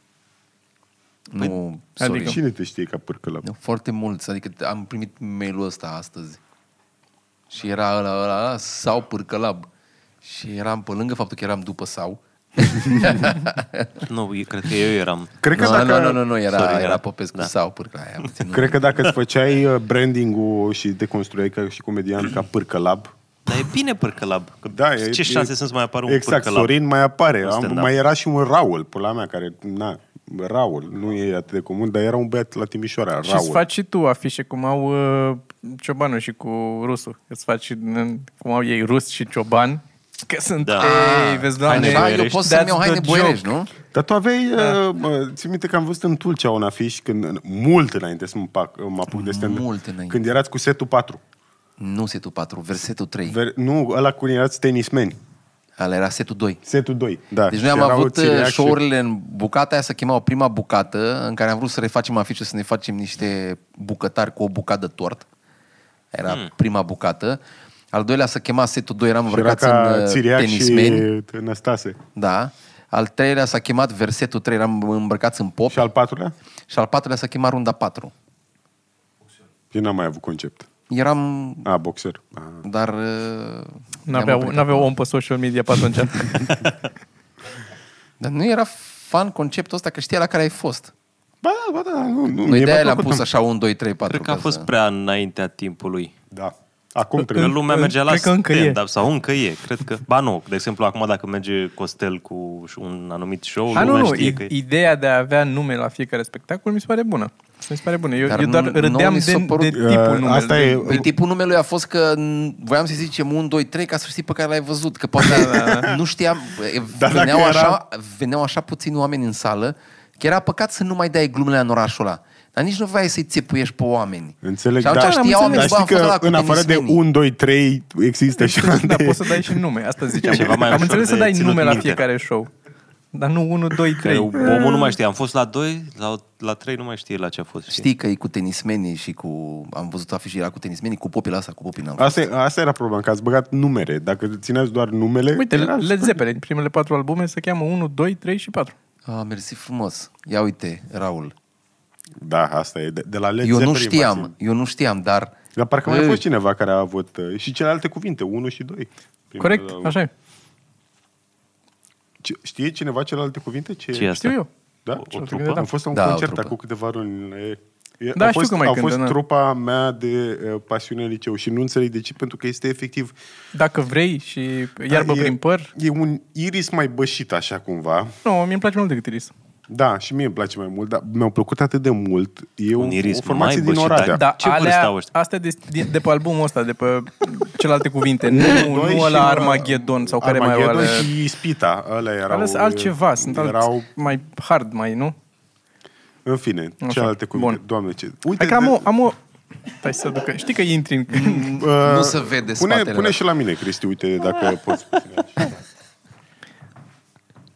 B: Păi,
A: Nu, sorry.
C: adică-
A: Adică...
B: Cine te știe ca pârcălă?
A: Nu, foarte mulți, adică am primit mailul ăsta astăzi. Și era ăla, ăla, ăla sau Pârcălab. Și eram pe lângă faptul că eram după sau.
D: Nu, eu- cred că eu eram.
B: Cred că
A: nu,
B: dacă...
A: nu, nu, nu, nu, era,
D: Sorry,
A: sorry,
D: era-
A: era Popescu
D: da.
A: da. sau Pârcălab. Aia, puțin, nu.
B: Cred că dacă îți făceai uh, branding-ul și deconstruiai ca și comedian ca pârcălab,
D: Dar e bine pârcălab. Că
B: da, e,
D: ce
B: e-
D: șanse sunt să mai apară un
B: Exact,
D: pârcălab?
B: Sorin mai apare.
D: În
B: Am,
D: stand-up.
B: mai era și un Raul, pula mea, care, na, Raul, nu e atât de comun, dar era un băiat la Timișoara,
C: Și îți
B: Raul.
C: faci și tu afișe, cum au uh, Ciobanu și cu Rusul. Îți faci și, în- cum au ei Rus și Cioban. Că sunt,
D: Da.
C: ei, vezi, doamne,
A: Da, eu pot
C: that's
A: să-mi iau
C: the
A: haine
C: joke.
A: boierești, nu?
B: Dar tu aveai, da. uh, ți minte că am văzut în Tulcea un afiș, când, în- mult înainte să mă, pac, mă apuc de stand
A: Mult înainte.
B: Când erați cu setul 4.
A: Nu setul 4, versetul 3.
B: Ver, nu, ăla când erați tenismeni.
A: Ăla era setul 2.
B: Setul 2, da.
A: Deci
B: Și
A: noi am
B: erau
A: avut
B: Țiriac și-
A: show-urile în bucata aia, se chema prima bucată, în care am vrut să refacem afișe, să ne facem niște bucătari cu o bucată de tort. Era hmm. prima bucată. Al doilea se chema setul 2, eram
B: și Era
A: îmbrăcați
B: ca
A: în uh,
B: Țiriac
A: tenismeni.
B: și Năstase.
A: Da. Al treilea s-a chemat versetul 3, eram îmbrăcați în pop.
B: Și al patrulea?
A: Și al patrulea s-a chemat runda 4.
B: Eu n-am mai avut concept.
A: Eram,
B: A, boxer. A.
A: dar... uh, ne-am
C: N-aveau,
A: oprit.
C: n-aveau om pe social media pe atunci.
A: Dar nu era fan conceptul ăsta, că știa la care ai fost.
B: Ba da, ba da, nu,
A: Noi
B: nu. mie
A: de
B: mi-a
A: aia l-am
B: plăcut,
A: pus așa
B: am-
A: 1, 2, 3, 4.
D: Cred că a fost prea înaintea timpului.
B: Da. Acum
D: Că
B: trebuie.
D: lumea
C: în-
D: merge la
C: cred că încă e.
D: stand-up sau încă e. Cred că, ba nu, de exemplu, acum dacă merge Costel cu un anumit show,
C: A, nu,
D: lumea
C: nu,
D: știe
C: i-
D: că e.
C: ideea de a avea nume la fiecare spectacol mi se pare bună. Mi se pare bună. Eu,
A: Dar
C: eu doar
A: nu- nouă
C: râdeam
A: ni
C: de,
A: s-a părut-
C: de
B: Uh,
C: tipul numelui.
B: asta e-
A: Păi tipul numelui a fost că n- voiam să zicem 1, 2, 3 ca să știi pe care l-ai văzut, că poate
D: Da,
A: nu știam, e,
B: Dar dacă
A: veneau,
B: era-
A: așa, veneau așa puțini oameni în sală, că era păcat să nu mai dai glumele în orașul ăla. Dar nici nu vrei să-i țepuiești pe oameni.
B: Înțeleg,
A: și atunci
B: da,
A: știau oamenii,
B: dar
A: bă, am
B: știi
A: fost ăla
B: că
A: cu
B: în afară de
A: tenismenii.
B: 1, 2, 3 există și
C: Da,
B: alte...
C: poți să dai și nume, asta ziceam.
D: Ceva mai
C: Am
D: ușor
C: înțeles să
D: de
C: dai
D: ținut
C: nume la
D: minte.
C: fiecare show. Dar nu 1, 2,
D: Că
C: 3.
D: omul nu mai știe. Am fost la 2, la, la 3 nu mai știe la ce a fost.
A: Știi că e cu tenismenii și cu... Am văzut afișul, era cu tenismenii, cu popila asta, cu popii n-am
B: Asta, e- asta era problema, că ați băgat numere. Dacă țineați doar numele...
C: Uite,
B: era-
C: Led Zeppelin, primele patru albume se cheamă 1, 2, 3 și 4.
A: A, Ah, mersi frumos. Ia uite, Raul.
B: Da, asta e. De, de la Led
A: eu
B: Zeppelin,
A: nu știam,
B: maxim.
A: eu nu știam, dar...
B: Dar parcă mai a
A: Ei,
B: fost cineva care a avut... uh, Și celelalte cuvinte, 1 și 2.
C: Corect,
B: uh,
C: așa e.
B: Ce, știe cineva celelalte cuvinte? Ce,
D: Ce e asta?
C: Știu eu.
B: Da?
D: O- o
B: Am
D: trupă?
B: Am fost la un
A: Da, o
B: concert
A: trupă.
B: acum câteva luni. E- e-
C: Da,
B: a
C: știu
B: fost,
C: că mai
B: a
C: cântă,
B: fost
C: da.
B: trupa mea de uh, pasiune în liceu și nu înțeleg de ce, pentru că este efectiv...
C: Dacă vrei și iarbă
B: da, e-
C: prin păr.
B: E un iris mai bășit așa cumva.
C: Nu, mi îmi place mai mult decât Iris.
B: Da, și mie îmi place mai mult, dar mi-au plăcut atât de mult. E
D: Un
B: o-
D: iris
B: o formație
D: mai
B: din
D: bășit,
B: Oradea.
C: Da,
D: Ce
C: alea,
D: vârstă au ăștia?
C: Astea de, de, de pe albumul ăsta, de pe celelalte cuvinte. Nu,
B: Doi
C: nu
B: și,
C: ăla
B: uh,
C: Armageddon sau care mai
B: Armageddon
C: are.
B: și Ispita, ăla erau...
C: Ales altceva, sunt
B: erau,
C: erau... mai hard mai, nu?
B: În fine,
C: Așa,
B: celelalte cuvinte.
C: bun.
B: Doamne, ce... Uite,
C: Hai că am o... Am o... Stai să ducă. Știi că intri în...
B: uh,
A: Nu se vede
B: pune,
A: spatele
B: pune
A: lor.
B: și la mine, Cristi, uite dacă poți.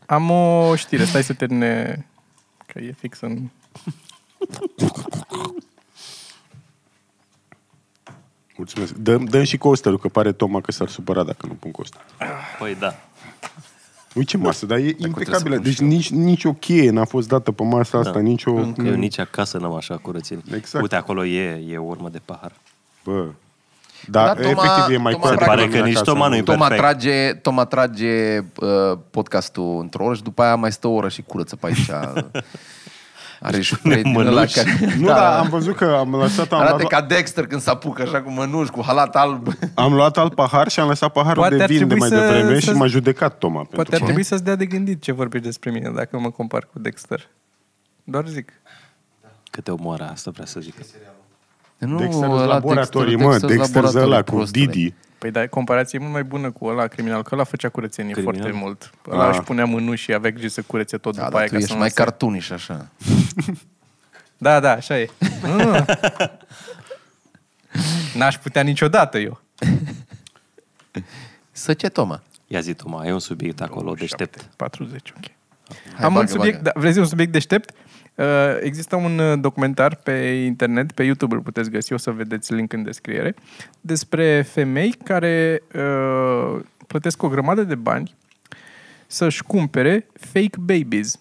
C: Am o știre. Stai să termine... Că e fix în...
B: Mulțumesc. Dăm, dăm și Costel, că pare Toma că s-ar supăra dacă nu pun Costel.
D: Păi da.
B: Uite ce masă, dar e
A: să
B: impecabilă.
A: pun Da.
B: Deci
A: și eu.
B: nici, nici o cheie n-a fost dată pe masa asta, nici o...
D: Că
C: Mm.
D: eu nici acasă n-am așa curățenie.
B: Exact.
D: Uite, acolo e, e urmă de pahar.
B: Bă, Da, efectiv, e mai
A: Toma
B: coadă
D: Se
A: trage-
D: pare
B: la mine
D: că nici
B: acasă,
D: Toma
B: nu-
D: nu-i
A: Toma
D: perfect.
A: trage, Toma trage uh, podcastul într-o oră și după aia mai stă o oră și curăță pe aici. Are și prieten ăla
D: mănuși.
A: care... Da,
B: Nu, dar am văzut că am lăsat, am
A: Arată
B: luat,
A: ca Dexter când s-a apucă așa cu mănuși, cu halat alb.
B: am luat alt pahar și am lăsat paharul
C: Poate
B: de
C: ar
B: vin de
C: trebui
B: mai
C: să-
B: devreme
C: să-
B: și m-a judecat Toma.
C: Poate
B: Pentru
C: ar
B: că...
C: trebui să-ți dea de gândit ce vorbești despre mine dacă mă compar cu Dexter. Doar zic.
D: Că te omoară, asta vrea să zic.
A: Nu,
B: Dexter
A: ăla
B: laboratorii, mă,
A: Dexter's
B: Dexter ăla cu
A: prostule.
B: Didi.
C: Păi da, comparație e mult mai bună cu ăla criminal, că ăla făcea curățenie
D: Criminal?
C: foarte mult. Ăla
B: Ah.
C: își punea mânuși și avea grijă să curețe tot
A: Da,
C: după
A: dar
C: aia.
A: tu
C: ca să
A: ești
C: nu
A: mai
C: se-
A: cartuniș așa.
C: Da, da, așa e. Mm. N-aș putea niciodată eu.
A: Să ce, Toma?
D: Ia zi, Toma, ai un subiect acolo deștept.
C: 40, ok.
A: Hai,
C: Am un
A: bagă,
C: subiect,
A: bagă.
C: da, vrei zi un subiect deștept? Uh, există un uh, documentar pe internet, pe YouTube îl puteți găsi, o să vedeți link în descriere, despre femei care uh, plătesc o grămadă de bani să-și cumpere fake babies.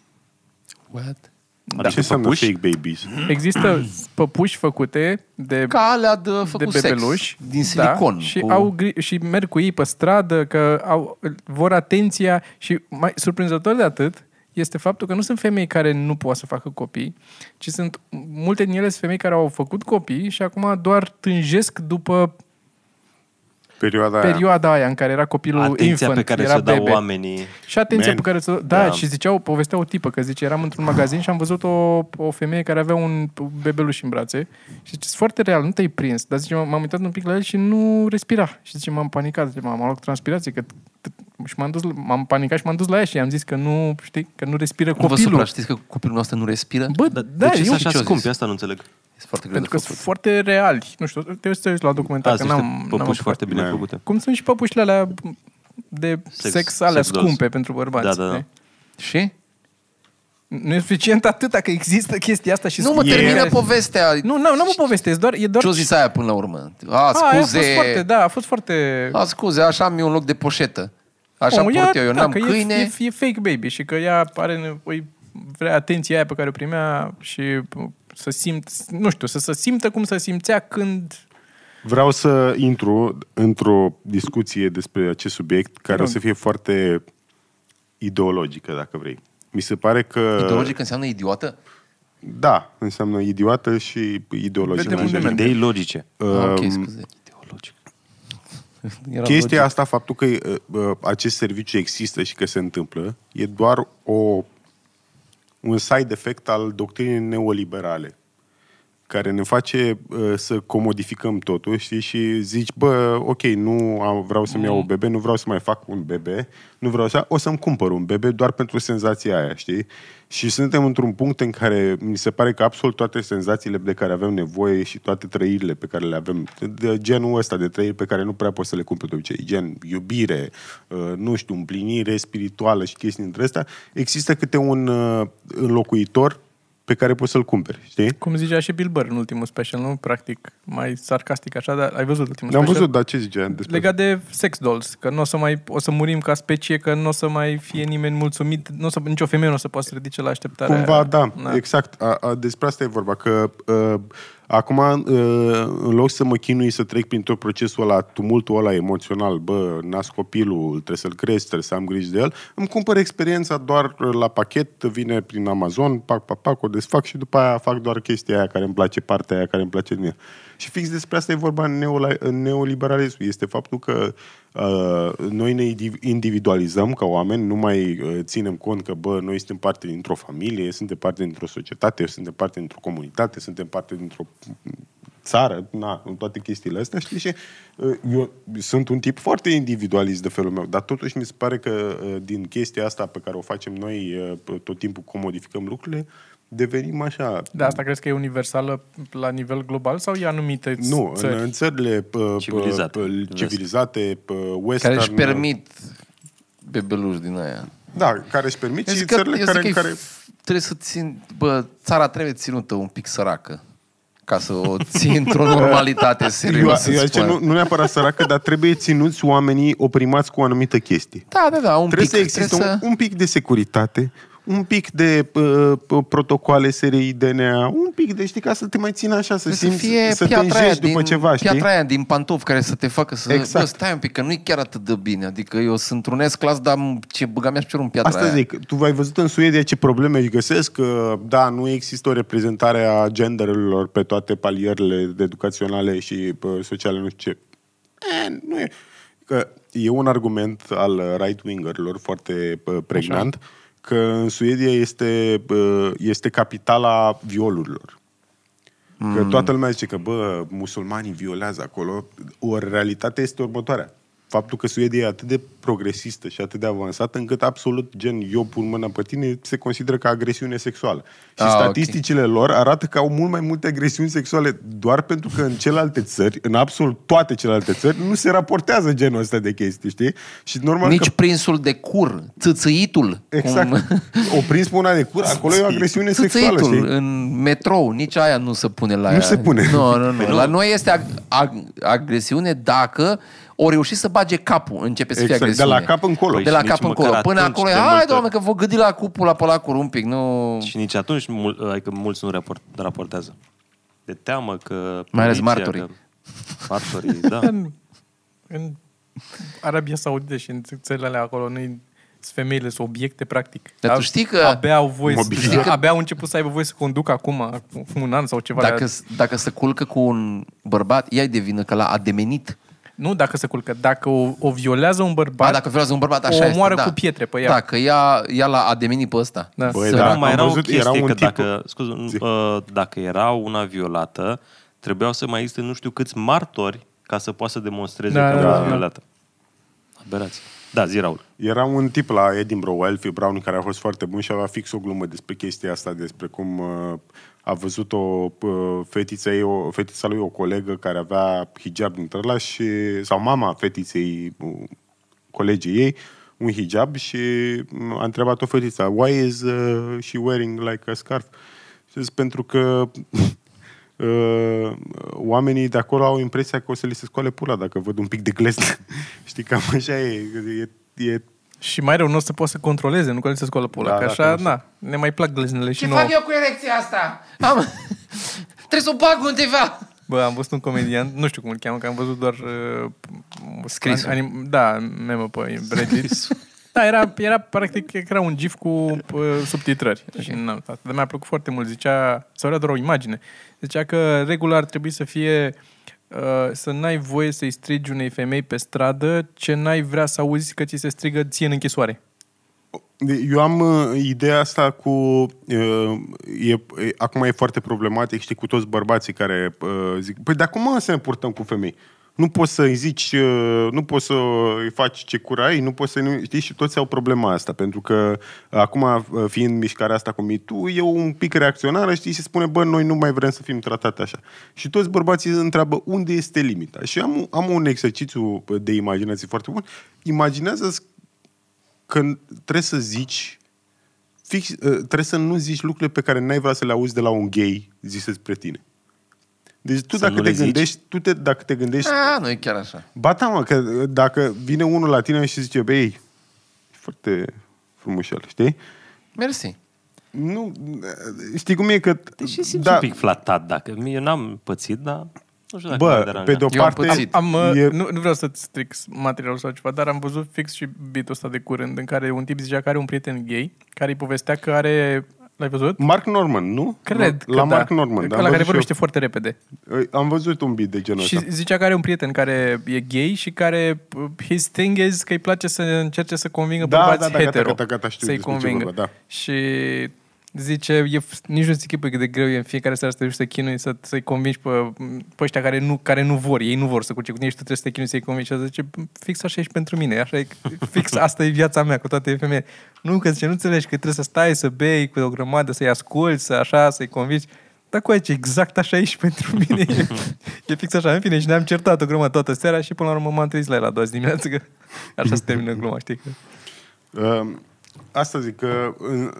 A: What?
D: Adică
B: Ce înseamnă
D: păpuși?
B: fake babies?
C: Există păpuși făcute de
A: Ca alea de făcut
C: de
A: sex.
C: bebeluși
A: Din silicon.
C: Da, și,
A: cu-
C: au, gri- și merg cu ei pe stradă, că au, vor atenția și mai surprinzător de atât este faptul că nu sunt femei care nu pot să facă copii, ci sunt multe din ele sunt femei care au făcut copii și acum doar tânjesc după
B: Perioada aia.
C: perioada aia în care era copilul
D: Atenția
C: infant,
D: pe care
C: era
D: să dau
C: bebe.
D: oamenii.
C: Și atenție
B: Man.
C: pe care să... Da,
D: Da.
C: da, și ziceau, povestea o tipă, că zice, eram într-un magazin și am văzut o, o femeie care avea un bebeluș în brațe și zice, "Sunt foarte real, nu te-ai prins. Dar zice, m-am uitat un pic la el și nu respira. Și zice, m-am panicat, zice, m-am luat transpirație, că și m-am, dus, m-am panicat și m-am dus la ea și i-am zis că nu, știi, că nu respiră
A: Nu vă
C: copilul.
A: supra, știți că copilul nostru nu respiră? Deci
C: Bă,
D: Dar
C: da,
D: de ce
C: eu
D: Deci sunt
A: și
D: așa
A: ce-o
D: scumpi?
A: zis?
D: Asta nu înțeleg.
A: Este foarte greu
C: pentru că
A: de
C: sunt
A: făcut.
C: foarte reali. Nu știu, te uiți să te uiți la documentar,
D: Da,
C: că
D: sunt
C: n-am...
D: niște
C: n-am
D: păpuși
C: apucat.
D: foarte bine
B: Da.
D: făcute.
C: Cum sunt și păpușile alea de sex,
D: Sex-
C: sex alea
D: sex dolls.
C: scumpe pentru bărbați.
D: Da, da, da.
C: știi?
A: Și?
C: Nu e suficient atâta că există chestia asta și
A: Nu mă
C: sunt-
A: termină
C: Care-
A: povestea.
C: Nu, nu, nu mă povestesc, doar, e doar...
A: Ce-o zis aia până la urmă? A,
C: A, aia a fost
A: scuze.
C: foarte, da, a fost foarte...
A: A, scuze, așa am eu un loc de poșetă. Așa
C: Omul,
A: port
C: ea-
A: eu, eu n-am
C: că
A: câine.
C: E, e, e, fake baby și că ea are nevoie, vrea atenția aia pe care o primea și să simt, nu știu, să se simtă cum se simțea când...
B: Vreau să intru într-o discuție despre acest subiect care o să fie foarte ideologică, dacă vrei. Mi se pare că...
A: Ideologic înseamnă idiotă?
B: Da, înseamnă idiotă și ideologică.
C: Vedem unde merge.
D: Idei logice.
A: Ah, ok, scuze.
D: Ideologic.
A: Era
B: Ehm, Chestia
A: logic.
B: asta, faptul că uh, uh, acest serviciu există și că se întâmplă, e doar o, un side effect al doctrinei neoliberale, care ne face uh, să comodificăm totul știi? și zici, bă, ok, nu am, vreau să-mi iau un bebe, nu vreau să mai fac un bebe, nu vreau să... O să-mi cumpăr un bebe doar pentru senzația aia, știi? Și suntem într-un punct în care mi se pare că absolut toate senzațiile de care avem nevoie și toate trăirile pe care le avem, de genul ăsta de trăiri pe care nu prea poți să le cumperi de obicei, gen iubire, uh, nu știu, împlinire spirituală și chestii dintre astea, există câte un uh, înlocuitor pe care poți să-l cumperi, știi?
C: Cum zicea și Bill Burr în ultimul special, nu? Practic, mai sarcastic așa, dar ai văzut ultimul
B: Am
C: special?
B: văzut, dar ce zicea despre
C: Legat de sex dolls, că nu o să mai o să murim ca specie, că nu o să mai fie nimeni mulțumit, nu o să, nicio femeie nu o să poată să ridice la așteptarea.
B: Cumva, da,
C: Na.
B: da. exact. A, a, despre asta e vorba, că uh, acum, uh, în loc să mă chinui să trec prin tot procesul ăla, tumultul ăla emoțional, bă, nasc copilul, trebuie să-l crezi, trebuie să am grijă de el, îmi cumpăr experiența doar uh, la pachet, vine prin Amazon, pac, pac, pac, o desfac și după aia fac doar chestia aia care îmi place, partea aia care îmi place din ea. Și fix despre asta e vorba în, neola- în neoliberalism. Este faptul că uh, noi ne indiv- individualizăm ca oameni, nu mai uh, ținem cont că, bă, noi suntem parte dintr-o familie, suntem parte dintr-o societate, suntem parte dintr-o comunitate, suntem parte dintr-o țară, na, în toate chestiile astea, știi? Și uh, eu sunt un tip foarte individualist de felul meu, dar totuși mi se pare că uh, din chestia asta pe care o facem noi uh, tot timpul cum modificăm lucrurile, devenim așa...
C: Da, asta crezi că e universală la nivel global sau e anumite
B: Nu, în,
C: țări?
B: în țările uh, pă,
D: Civilizate.
B: civilizate, pă, civilizate pă, western, uh,
A: Care își permit bebeluș din aia.
B: Da, care își permit
A: Eu
B: și
A: zic că,
B: țările
A: eu
B: care,
A: zic că e
B: care...
A: f- trebuie să țin... Bă, țara trebuie ținută un pic săracă ca să o ții într-o normalitate
B: Eu,
A: serioasă.
B: eu aici
A: spun.
B: nu, nu neapărat săracă, dar trebuie ținuți oamenii oprimați cu o anumită chestie.
A: Da, da, da, un
B: Trebuie
A: pic.
B: să există
A: trebuie
B: un, un pic de securitate, un pic de uh, protocoale SRI, DNA, un pic de, știi, ca să te mai țină așa, să
A: Trebuie
B: simți, să te
A: aia
B: înjești după ceva, știi?
A: piatra aia din pantof care să te facă să...
B: Exact.
A: Bă, stai un pic, că nu-i chiar atât de bine. Adică eu sunt un S-clas, dar m- ce băga mi-aș cerut în piatra
B: Asta
A: aia.
B: zic, tu ai văzut în Suedia ce probleme își găsesc, că da, nu există o reprezentare a genderurilor pe toate palierele de educaționale și pă, sociale, nu știu ce. E, nu e. Că e un argument al uh, right-wingerilor foarte pă, pregnant, Așa. că în Suedia este, pă, este capitala violurilor. Că toată lumea zice că, bă, musulmanii violează acolo. Ori realitatea este următoarea. Faptul că Suedia e atât de progresistă și atât de avansată încât absolut, gen, eu pun mâna pe tine, se consideră ca agresiune sexuală. Și
A: Ah,
B: ah,
A: ok.
B: statisticile okay. lor arată că au mult mai multe agresiuni sexuale doar pentru că în celelalte țări, în absolut toate celelalte țări, nu se raportează genul ăsta de chestii, știi? Și normal
A: Nici
B: că...
A: prinsul de cur, țâțâitul.
B: Exact.
A: Cum...
B: Oprins pe una de cur, acolo e o agresiune sexuală,
A: Țâțâitul
B: știi?
A: în metrou, nici aia nu se pune la
B: Nu
A: ea.
B: se pune. Păi
A: Nu, nu, nu. La noi este ag- ag- agresiune dacă o reuși să bage capul, începe să
B: Exact,
A: fie
B: de
A: agresiune.
B: la cap încolo.
A: de
D: Păi
A: la
D: și
A: cap
D: nici
A: încolo.
D: măcar
A: Până
D: atunci
A: acolo, e,
D: de
A: hai,
D: multe
A: doamne,
D: ori."
A: că vă gâdi la cupul la pe la cur un pic, nu...
C: Mm.
D: Și nici atunci, mul, adică mulți nu raport, raportează. De teamă că...
A: Mai ales
D: poliția,
A: martorii.
D: Că, martorii, da.
C: În, în Arabia Saudită și în țările alea acolo, nu femeile sunt obiecte, practic.
A: Dar tu știi că-
C: Abia au voie să,
B: Mobiliar.
C: știi că... Abia au început să aibă voie să conducă acum, acum un an sau ceva.
A: Dacă,
C: Dacă...
A: dacă se culcă cu un bărbat, ea de vină că l-a ademenit.
C: Nu dacă se culcă, dacă o, o violează un bărbat...
A: Ba, dacă violează un bărbat, așa
C: o
A: este,
C: omoară
A: da.
C: cu pietre pe ea.
A: Dacă ea, ea l-a ademenit pe ăsta.
C: Da.
B: Băi,
A: Să-
B: da,
D: Nu, mai
B: am
D: era o
B: văzut,
D: chestie
B: era un
D: că
B: tip-
D: dacă, scuze,
B: Zi.
D: uh, dacă era una violată, trebuiau să mai existe nu știu câți martori ca să poată să demonstreze
C: Da,
D: că
C: da,
D: a fost
C: da.
D: violată. Aberați. Da, zi, Raul.
B: Era un tip la Edinburgh, Elfie Brown, care a fost foarte bun și avea fix o glumă despre chestia asta, despre cum uh, a văzut o uh, fetiță, ei, o fetița lui, o colegă care avea hijab dintre ăla și, sau mama fetiței uh, colegii ei, un hijab și mm, a întrebat-o fetița, why is uh, she wearing like a scarf? Și a zis, pentru că uh, oamenii de acolo au impresia că o să li se scoale pula dacă văd un pic de glezne. Știi, cam așa e. e, e
C: Și mai rău, nu o să poată să controleze, nu că le se scoală pula.
B: Da,
C: că
B: da,
C: așa,
B: că nu
C: na, ne mai plac gleznele și
A: Ce
C: nouă.
A: fac eu cu erecția asta? Am... Trebuie să o bag undeva.
C: Bă, am văzut un comedian, nu știu cum îl cheamă, că am văzut doar... Uh,
A: Scrisul.
C: anim, da, memă pe Reddit. Da, era, era practic cred că era un gif cu uh, subtitrări. Și n-am stat. Dar mi-a plăcut foarte mult. Zicea, sau era doar o imagine. Zicea că regula ar trebui să fie uh, să n-ai voie să-i strigi unei femei pe stradă ce n-ai vrea să auzi că ți se strigă ție în închisoare.
B: Eu am uh, ideea asta cu... Uh, e, e, acum e foarte problematic, știi, cu toți bărbații care uh, zic... Păi de acum să ne purtăm cu femei? Nu poți să-i zici, uh, nu poți să îi faci ce cur ai, nu poți să nu... Știi, și toți au problema asta, pentru că acum, uh, fiind mișcarea asta cu MeToo, e un pic reacționară, știi, și spune, bă, noi nu mai vrem să fim tratate așa. Și toți bărbații se întreabă unde este limita. Și am, am un exercițiu de imaginație foarte bun. Imaginează-ți că trebuie să zici fix, uh, trebuie să nu zici lucrurile pe care n-ai vrea să le auzi de la un gay zise spre tine. Deci tu
D: Să
B: dacă
D: nu
B: te
D: le zici.
B: gândești, tu te, dacă te gândești,
A: A, nu e chiar așa.
B: ba da, mă, că uh, dacă vine unul la tine și zice, băi, e foarte frumușel, știi?
A: Mersi.
B: Nu, uh, știi cum e că...
D: Și simți da. un pic flatat, dacă... Eu n-am pățit, dar... Nu știu dacă m-a
B: Bă,
D: deranjat.
B: pe de-o
A: Eu am
B: parte...
A: pățit.
C: Am, uh,
B: e-
C: nu, nu vreau să-ți stric materialul sau ceva, dar am văzut fix și bitul ăsta de curând în care un tip zicea că are un prieten gay care îi povestea că are... L-ai văzut?
B: Mark Norman, nu?
C: Cred
B: La
C: că
B: Mark
C: da.
B: Norman, da.
C: Că
B: am
C: la
B: văzut și
C: care
B: eu.
C: vorbește foarte repede.
B: Uh, Am văzut un bit de da. genul ăsta.
C: Și zicea că are un prieten care e gay și care p- his thing is că îi place să încerce să convingă
B: Da,
C: bărbați
B: da, da, gata,
C: hetero.
B: gata, gata, știu
C: să-i
B: despre ce
C: convingă.
B: vorba, da.
C: Și zice, e, f- nici nu-ți închipui cât de greu e în fiecare seară să te duci să chinui, să, să-i convingi pe, pe ăștia care nu, care nu vor, ei nu vor să cuce cu tine și tu trebuie să te chinui să-i convingi. Și ăsta zice, fix așa ești pentru mine, așa e, fix asta e viața mea cu toate femeile. Nu, că zice, nu înțelegi că trebuie să stai, să bei cu o grămadă, să-i asculți, să așa, să-i convingi. Dar cu aici, exact așa ești pentru mine. E, e fix așa, în fine, și ne-am certat o glumă toată seara și până la urmă m-am trezit la el la doua zi dimineață că așa se termină gluma, știi? Că...
B: Uh, Asta zic că uh,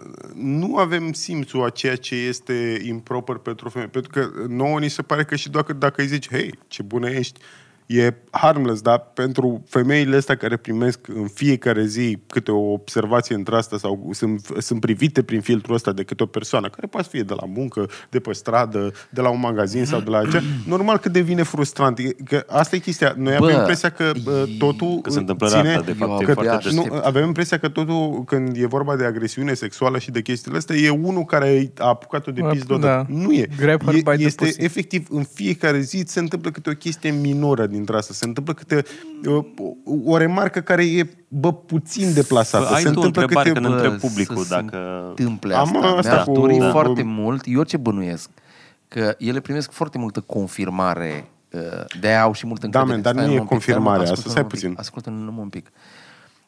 B: nu avem simțul a ceea ce este improper pentru o femeie. Pentru că nouă ni se pare că și dacă, dacă îi zici, hei, ce bună ești, E harmless, dar pentru femeile astea care primesc în fiecare zi câte o observație între asta sau sunt, sunt privite prin filtrul ăsta de câte o persoană, care poate fi de la muncă, de pe stradă, de la un magazin sau de la aceea, normal că devine frustrant. E- Că asta e chestia. Noi
A: Bă,
B: avem impresia că bă, totul
D: Că se întâmplă
B: ține-
D: rata, de fapt,
A: Eu
D: e
A: abia
D: foarte
A: aștept.
D: des.
B: nu, avem impresia că totul, când e vorba de agresiune sexuală și de chestiile astea, e unul care a apucat-o de
C: Da.
B: pis da. Nu e.
C: Grab her
B: e
C: by the
B: este
C: pussy.
B: efectiv, în fiecare zi se întâmplă câte o chestie minoră dintre asta. Se întâmplă câte uh, o, o remarcă care e, bă, puțin deplasată.
D: Ai
B: se
D: tu o
B: întâmplă
D: întrebare
B: câte...
D: când
A: Bă,
D: întreb
A: să
D: publicul
A: se
D: dacă-
A: întâmple
B: Am
A: asta.
B: asta
A: Mi-aș
B: cu-
A: dori
B: da.
A: foarte mult. Eu ce bănuiesc? Că ele primesc foarte multă confirmare. uh, De-aia au și multă
B: Da,
A: încredere.
B: men, dar
A: Stai
B: nu e
A: numai un pic, stai
B: confirmare,
A: numai-
B: asta,
A: ascultă-mă
B: stai
A: un pic, Ascultă-mă numai un pic.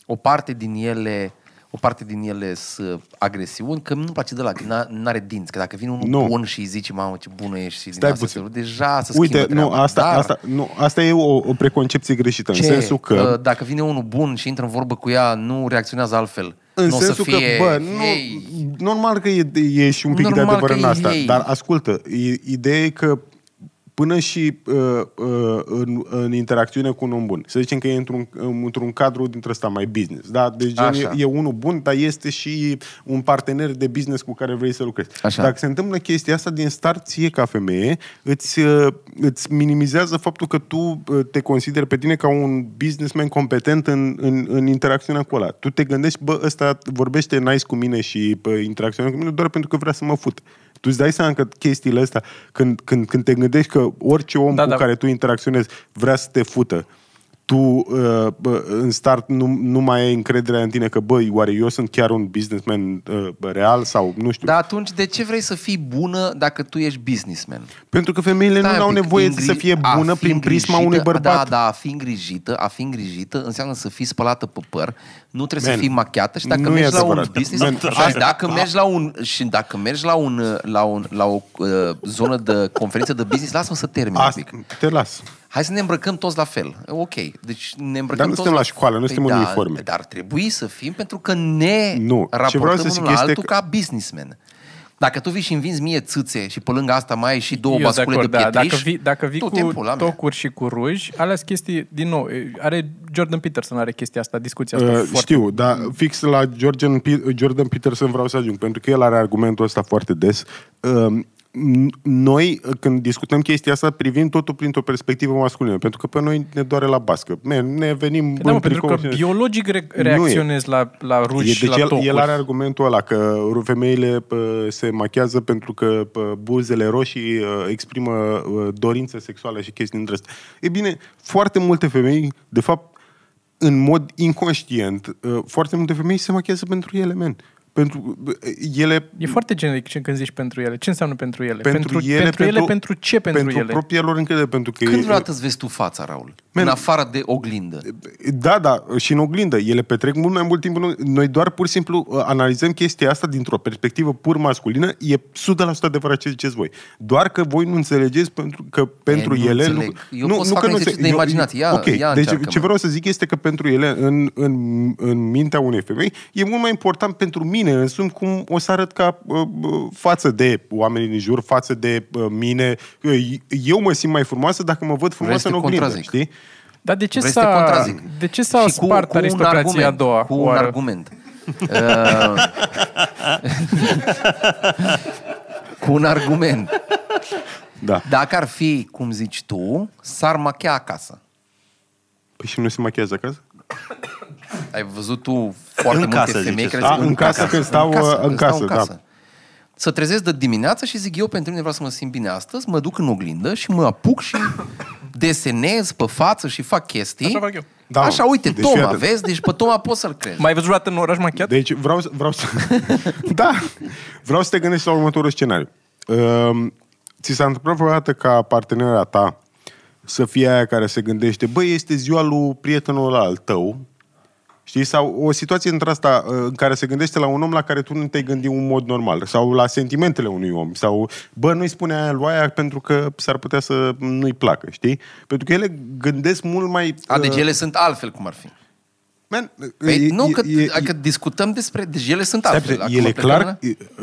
A: O parte din ele o parte din ele sunt agresiuni, că nu-mi place de la, n-are dinți, că dacă vine unul
B: Nu.
A: bun și îi zici, mamă, ce bună ești și din
B: Stai
A: astea
B: puțin.
A: se- deja să
B: Uite, nu,
A: treaba.
B: asta,
A: Dar-
B: asta, nu, asta e o, o preconcepție greșită, în sensul că...
A: Uh, Dacă vine unul bun și intră în vorbă cu ea, nu reacționează altfel.
B: În
A: nu o
B: sensul
A: să fie,
B: că, bă, nu,
A: "Hey,
B: normal că e, e și un pic
A: Normal
B: de adevăr
A: că
B: în
A: e
B: asta,
A: hate.
B: dar ascultă, i- ideea e că până și uh, uh, în, în interacțiune cu un om bun, să zicem că e într-un, într-un cadru dintre ăsta mai business, da? Deci gen, e,
A: Așa.
B: e unul bun, dar este și un partener de business cu care vrei să lucrezi.
A: Așa.
B: Dacă se întâmplă chestia asta din start, ție ca femeie, îți, uh, îți minimizează faptul că tu uh, te consideri pe tine ca un businessman competent în, în, în interacțiunea cu ăla. Tu te gândești, bă, ăsta vorbește nice cu mine și bă, interacționează cu mine doar pentru că vrea să mă fut. Tu îți dai seama că chestiile astea, când, când, când te gândești că orice om
C: Da,
B: da, cu
C: da.
B: da. care tu interacționezi vrea să te fută, tu uh, bă, în start nu, nu mai ai încrederea în tine că, băi, oare eu sunt chiar un businessman uh, real sau nu știu.
A: Dar atunci de ce vrei să fii bună dacă tu ești businessman?
B: Pentru că femeile
A: Stai
B: nu
A: un
B: au
A: pic,
B: nevoie să
A: îngri-
B: fie
A: a
B: bună
A: fi
B: prin prisma unui
A: îngrijită- Da,
B: bărbat.
A: da, a fi îngrijită, a fi îngrijită înseamnă să fii spălată pe păr, nu trebuie
B: Man,
A: să fii machiată și dacă
B: nu e
A: mergi la un
B: adevărat.
A: business
B: Man,
A: și dacă mergi la un și dacă mergi la un uh, la un la o uh, zonă de conferință de business, lasă-mă să termin un
B: Asta,
A: pic.
B: te las.
A: Hai să ne îmbrăcăm toți la fel. Ok, deci ne îmbrăcăm
B: Dar nu
A: toți
B: suntem la școală, nu suntem în
A: da,
B: uniforme.
A: Dar ar trebui să fim pentru că ne
B: Nu. Ce
A: nu. raportăm
B: vreau să zic
A: unul la
B: este
A: altul
B: că-
A: ca businessman. Dacă tu vii și îmi vinzi mie țâțe și pe lângă asta mai ai și două
C: Eu de
A: bascule de
C: acord, da.
A: pietriș,
C: Dacă vii, dacă vii
A: tot
C: cu
A: timpul la mea.
C: tocuri și cu ruj, alea sunt chestii, din nou, e, are Jordan Peterson are chestia asta, discuția asta
B: Uh,
C: foarte...
B: știu, dar fix la Jordan, Pe- Jordan Peterson vreau să ajung, pentru că el are argumentul ăsta foarte des. Um, n- Noi, când discutăm chestia asta, privim totul printr-o perspectivă masculină, pentru că pe noi ne doare la bască. Man, ne venim
C: Da, mă,
B: în
C: pentru că
B: tricou și-
C: biologic re- reacționezi la, la ruj
B: E,
C: și
B: deci
C: la
B: el,
C: tocuri.
B: el are argumentul ăla că femeile pă, se machează pentru că pă, buzele roșii uh, exprimă uh, dorințe sexuale și chestii dintre astea. E bine, foarte multe femei, de fapt, în mod inconștient, uh, foarte multe femei se machează pentru ele, men. Pentru uh, ele...
C: E foarte generic ce- când zici pentru ele. Ce înseamnă pentru ele? pentru,
B: pentru,
C: ele, pentru ce pentru, ele?
B: Pentru propria lor încredere, pentru că...
A: Când
B: ei-
A: vreodată îți vezi tu fața, Raul?
B: Man.
A: În afară de oglindă.
B: Da, da, și în oglindă. Ele petrec mult mai mult timp. în oglindă. Noi doar pur și simplu uh, analizăm chestia asta dintr-o perspectivă pur masculină. E 100% adevărat ce ziceți voi. Doar că voi nu înțelegeți pentru că pentru
A: nu
B: ele...
A: înțeleg. Eu pot să fac
B: că
A: un exercițiu de
B: înțe- eu-
A: imaginație. Ia-
B: ok,
A: ia
B: deci
A: încearcă-mă.
B: ce vreau să zic este că pentru ele, în, în, în mintea unei femei, e mult mai important pentru mine însumi cum o să arăt ca uh, uh, față de oamenii din jur, față de uh, mine. Uh, Eu mă simt mai frumoasă dacă mă văd frumoasă
A: să
B: în
A: te
B: oglindă,
A: contrazic.
B: știi?
C: Dar de ce
A: Vrei să te
C: s-a,
A: contrazic?
C: de ce s-a
A: Și cu-
C: spart
A: cu un
C: aristocrația
A: argument,
C: a doua
A: Cu un
C: oară?
A: argument. Uh, cu un argument.
B: Da.
A: Dacă ar fi, cum zici tu, s-ar machea acasă.
B: Păi și nu se machează acasă?
A: Ai văzut tu foarte multe
D: casă,
A: femei
D: ziceți.
A: care
B: Da,
A: zic,
B: în casă, când stau, uh,
A: când
B: în
A: stau
B: casă, da.
A: Să trezesc de dimineață și zic eu pentru mine vreau să mă simt bine astăzi, mă duc în oglindă și mă apuc și desenez pe față și fac chestii.
C: Așa fac eu.
B: Da, mă.
A: Așa, uite,
B: Deci,
A: deci Toma,
B: iată.
A: vezi? Deci pe Toma poți să-l crezi.
C: Mai ai văzut vreodată în oraș machiat?
B: Deci vreau, să- vreau să... da, vreau să te gândești la următorul scenariu. Um, ți s-a întâmplat vreodată ca partenera ta să fie aia care se gândește, băi, este ziua lui prietenul al tău, Știi? Sau o situație între asta uh, în care se gândește la un om la care tu nu te-ai gândit în mod normal. Sau la sentimentele unui om. Sau, bă, nu-i spune aia lui aia pentru că s-ar putea să nu-i placă, știi? Pentru că ele gândesc mult mai...
A: A,
B: uh,
A: deci ele sunt altfel cum ar fi.
B: Man,
A: Păi, nu, că,
B: e,
A: că discutăm despre... Deci ele sunt
B: stai
A: altfel.
B: puțin,
A: Acum
B: ele
A: plecăm
B: clar,
A: la-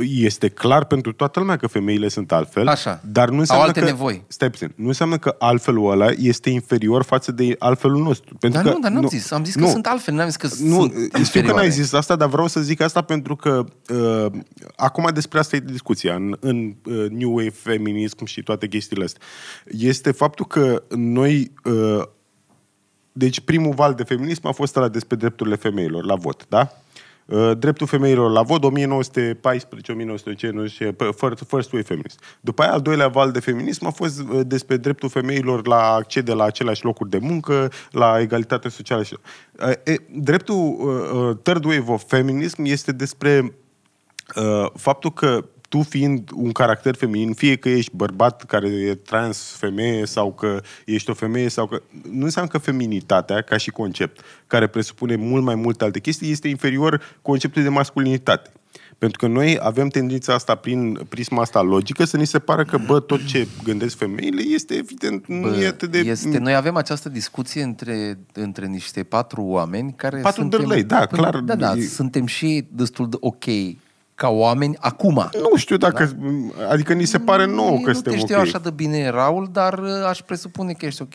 B: este clar pentru toată lumea că femeile sunt altfel,
A: Așa.
B: dar nu
A: Au
B: înseamnă
A: alte
B: că,
A: nevoi.
B: Stai puțin, nu înseamnă că altfelul ăla este inferior față de altfelul nostru. Pentru
A: Dar
B: că,
A: nu, dar n-am zis. Am zis că sunt altfel. N-am zis că
B: nu,
A: sunt
B: știu că
A: inferioare.
B: n-ai zis asta, dar vreau să zic asta pentru că uh, acum despre asta e discuția în, în uh, New Wave feminism și toate chestiile astea. Este faptul că noi uh, deci primul val de feminism a fost ăla despre drepturile femeilor la vot, da? Uh, Dreptul femeilor la vot, 1914, 1919, pe- first, first wave feminist. După aia, al doilea val de feminism a fost uh, despre dreptul femeilor la accede la aceleași locuri de muncă, la egalitate socială. Și... Uh, e, Dreptul uh, uh, third wave of feminism este despre Uh, faptul că tu fiind un caracter feminin, fie că ești bărbat care e trans, femeie sau că ești o femeie sau că... Nu înseamnă că feminitatea, ca și concept, care presupune mult mai multe alte chestii, este inferior conceptului de masculinitate. Pentru că noi avem tendința asta prin prisma asta logică să ni se pară că, bă, tot ce gândesc femeile este evident, nu
A: Bă,
B: e atât de...
A: Este, noi avem această discuție între, între niște patru oameni care
B: Patru
A: suntem...
B: dârlei, da, clar.
A: Da, da,
B: E-
A: suntem și destul de ok ca oameni acum.
B: Nu știu dacă... Adică ni se pare nouă
A: Ei, Da.
B: că
A: nu te
B: suntem
A: știu
B: ok.
A: așa de bine, Raul, dar uh, aș presupune că ești ok.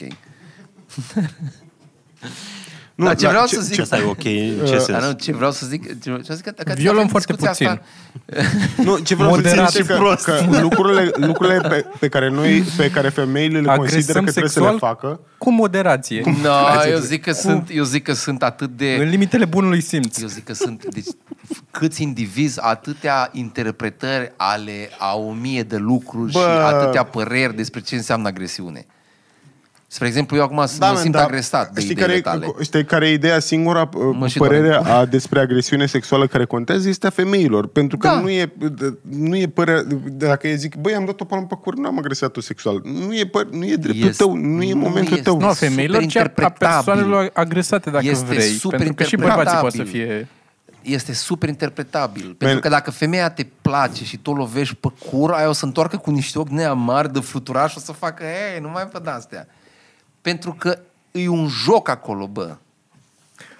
B: Nu,
A: dar ce
B: dar
A: vreau
B: ce- Uh,
A: să zic...
D: Ce asta e ok? În ce
A: Dar nu,
D: sens?
A: ce vreau să zic... Ce vreau să zic că, că
C: Violăm
A: avem
C: foarte
A: discuția
C: puțin.
B: Nu, ce vreau
C: Moderat
B: să zic
C: și
B: că,
D: prost.
B: că lucrurile, lucrurile pe, pe, care noi, pe care femeile le consideră
C: Agresăm
B: că trebuie să
C: sexual
B: le facă,
C: cu moderație. Cum?
A: No, eu zic, că sunt, eu zic că sunt atât de...
C: În limitele bunului simț.
A: Eu zic că sunt, deci, câți indivizi, atâtea interpretări ale a o mie de lucruri Bă. și
B: Bă.
A: atâtea păreri despre ce înseamnă agresiune. Spre exemplu, eu acum da,
B: da,
A: mă
B: man,
A: simt
B: da,
A: agresat de
B: știi
A: ideile
B: care,
A: care,
B: e-
A: tale.
B: știi care e ideea singura
A: Mă și
B: părerea a, despre agresiune sexuală care contează este a femeilor, pentru că
A: Da.
B: nu e nu e părerea, dacă e zic, băi, am dat o palmă pe cur, nu am agresat-o sexual. Nu e, păr, nu e dreptul
A: Este-
B: tău, nu e
A: nu
B: momentul
A: este.
B: tău.
C: Nu, a femeilor, ci a- a
A: superinterpretabil.
C: persoanelor agresate, dacă
A: Este
C: vrei. Pentru că și bărbații pot să fie...
A: Este super interpretabil. Pentru că dacă femeia te place și tu o lovești pe cur, aia o să întoarcă cu niște ochi neamari de fluturaș și o să facă, ei, nu mai văd astea. Pentru că e un joc acolo, bă.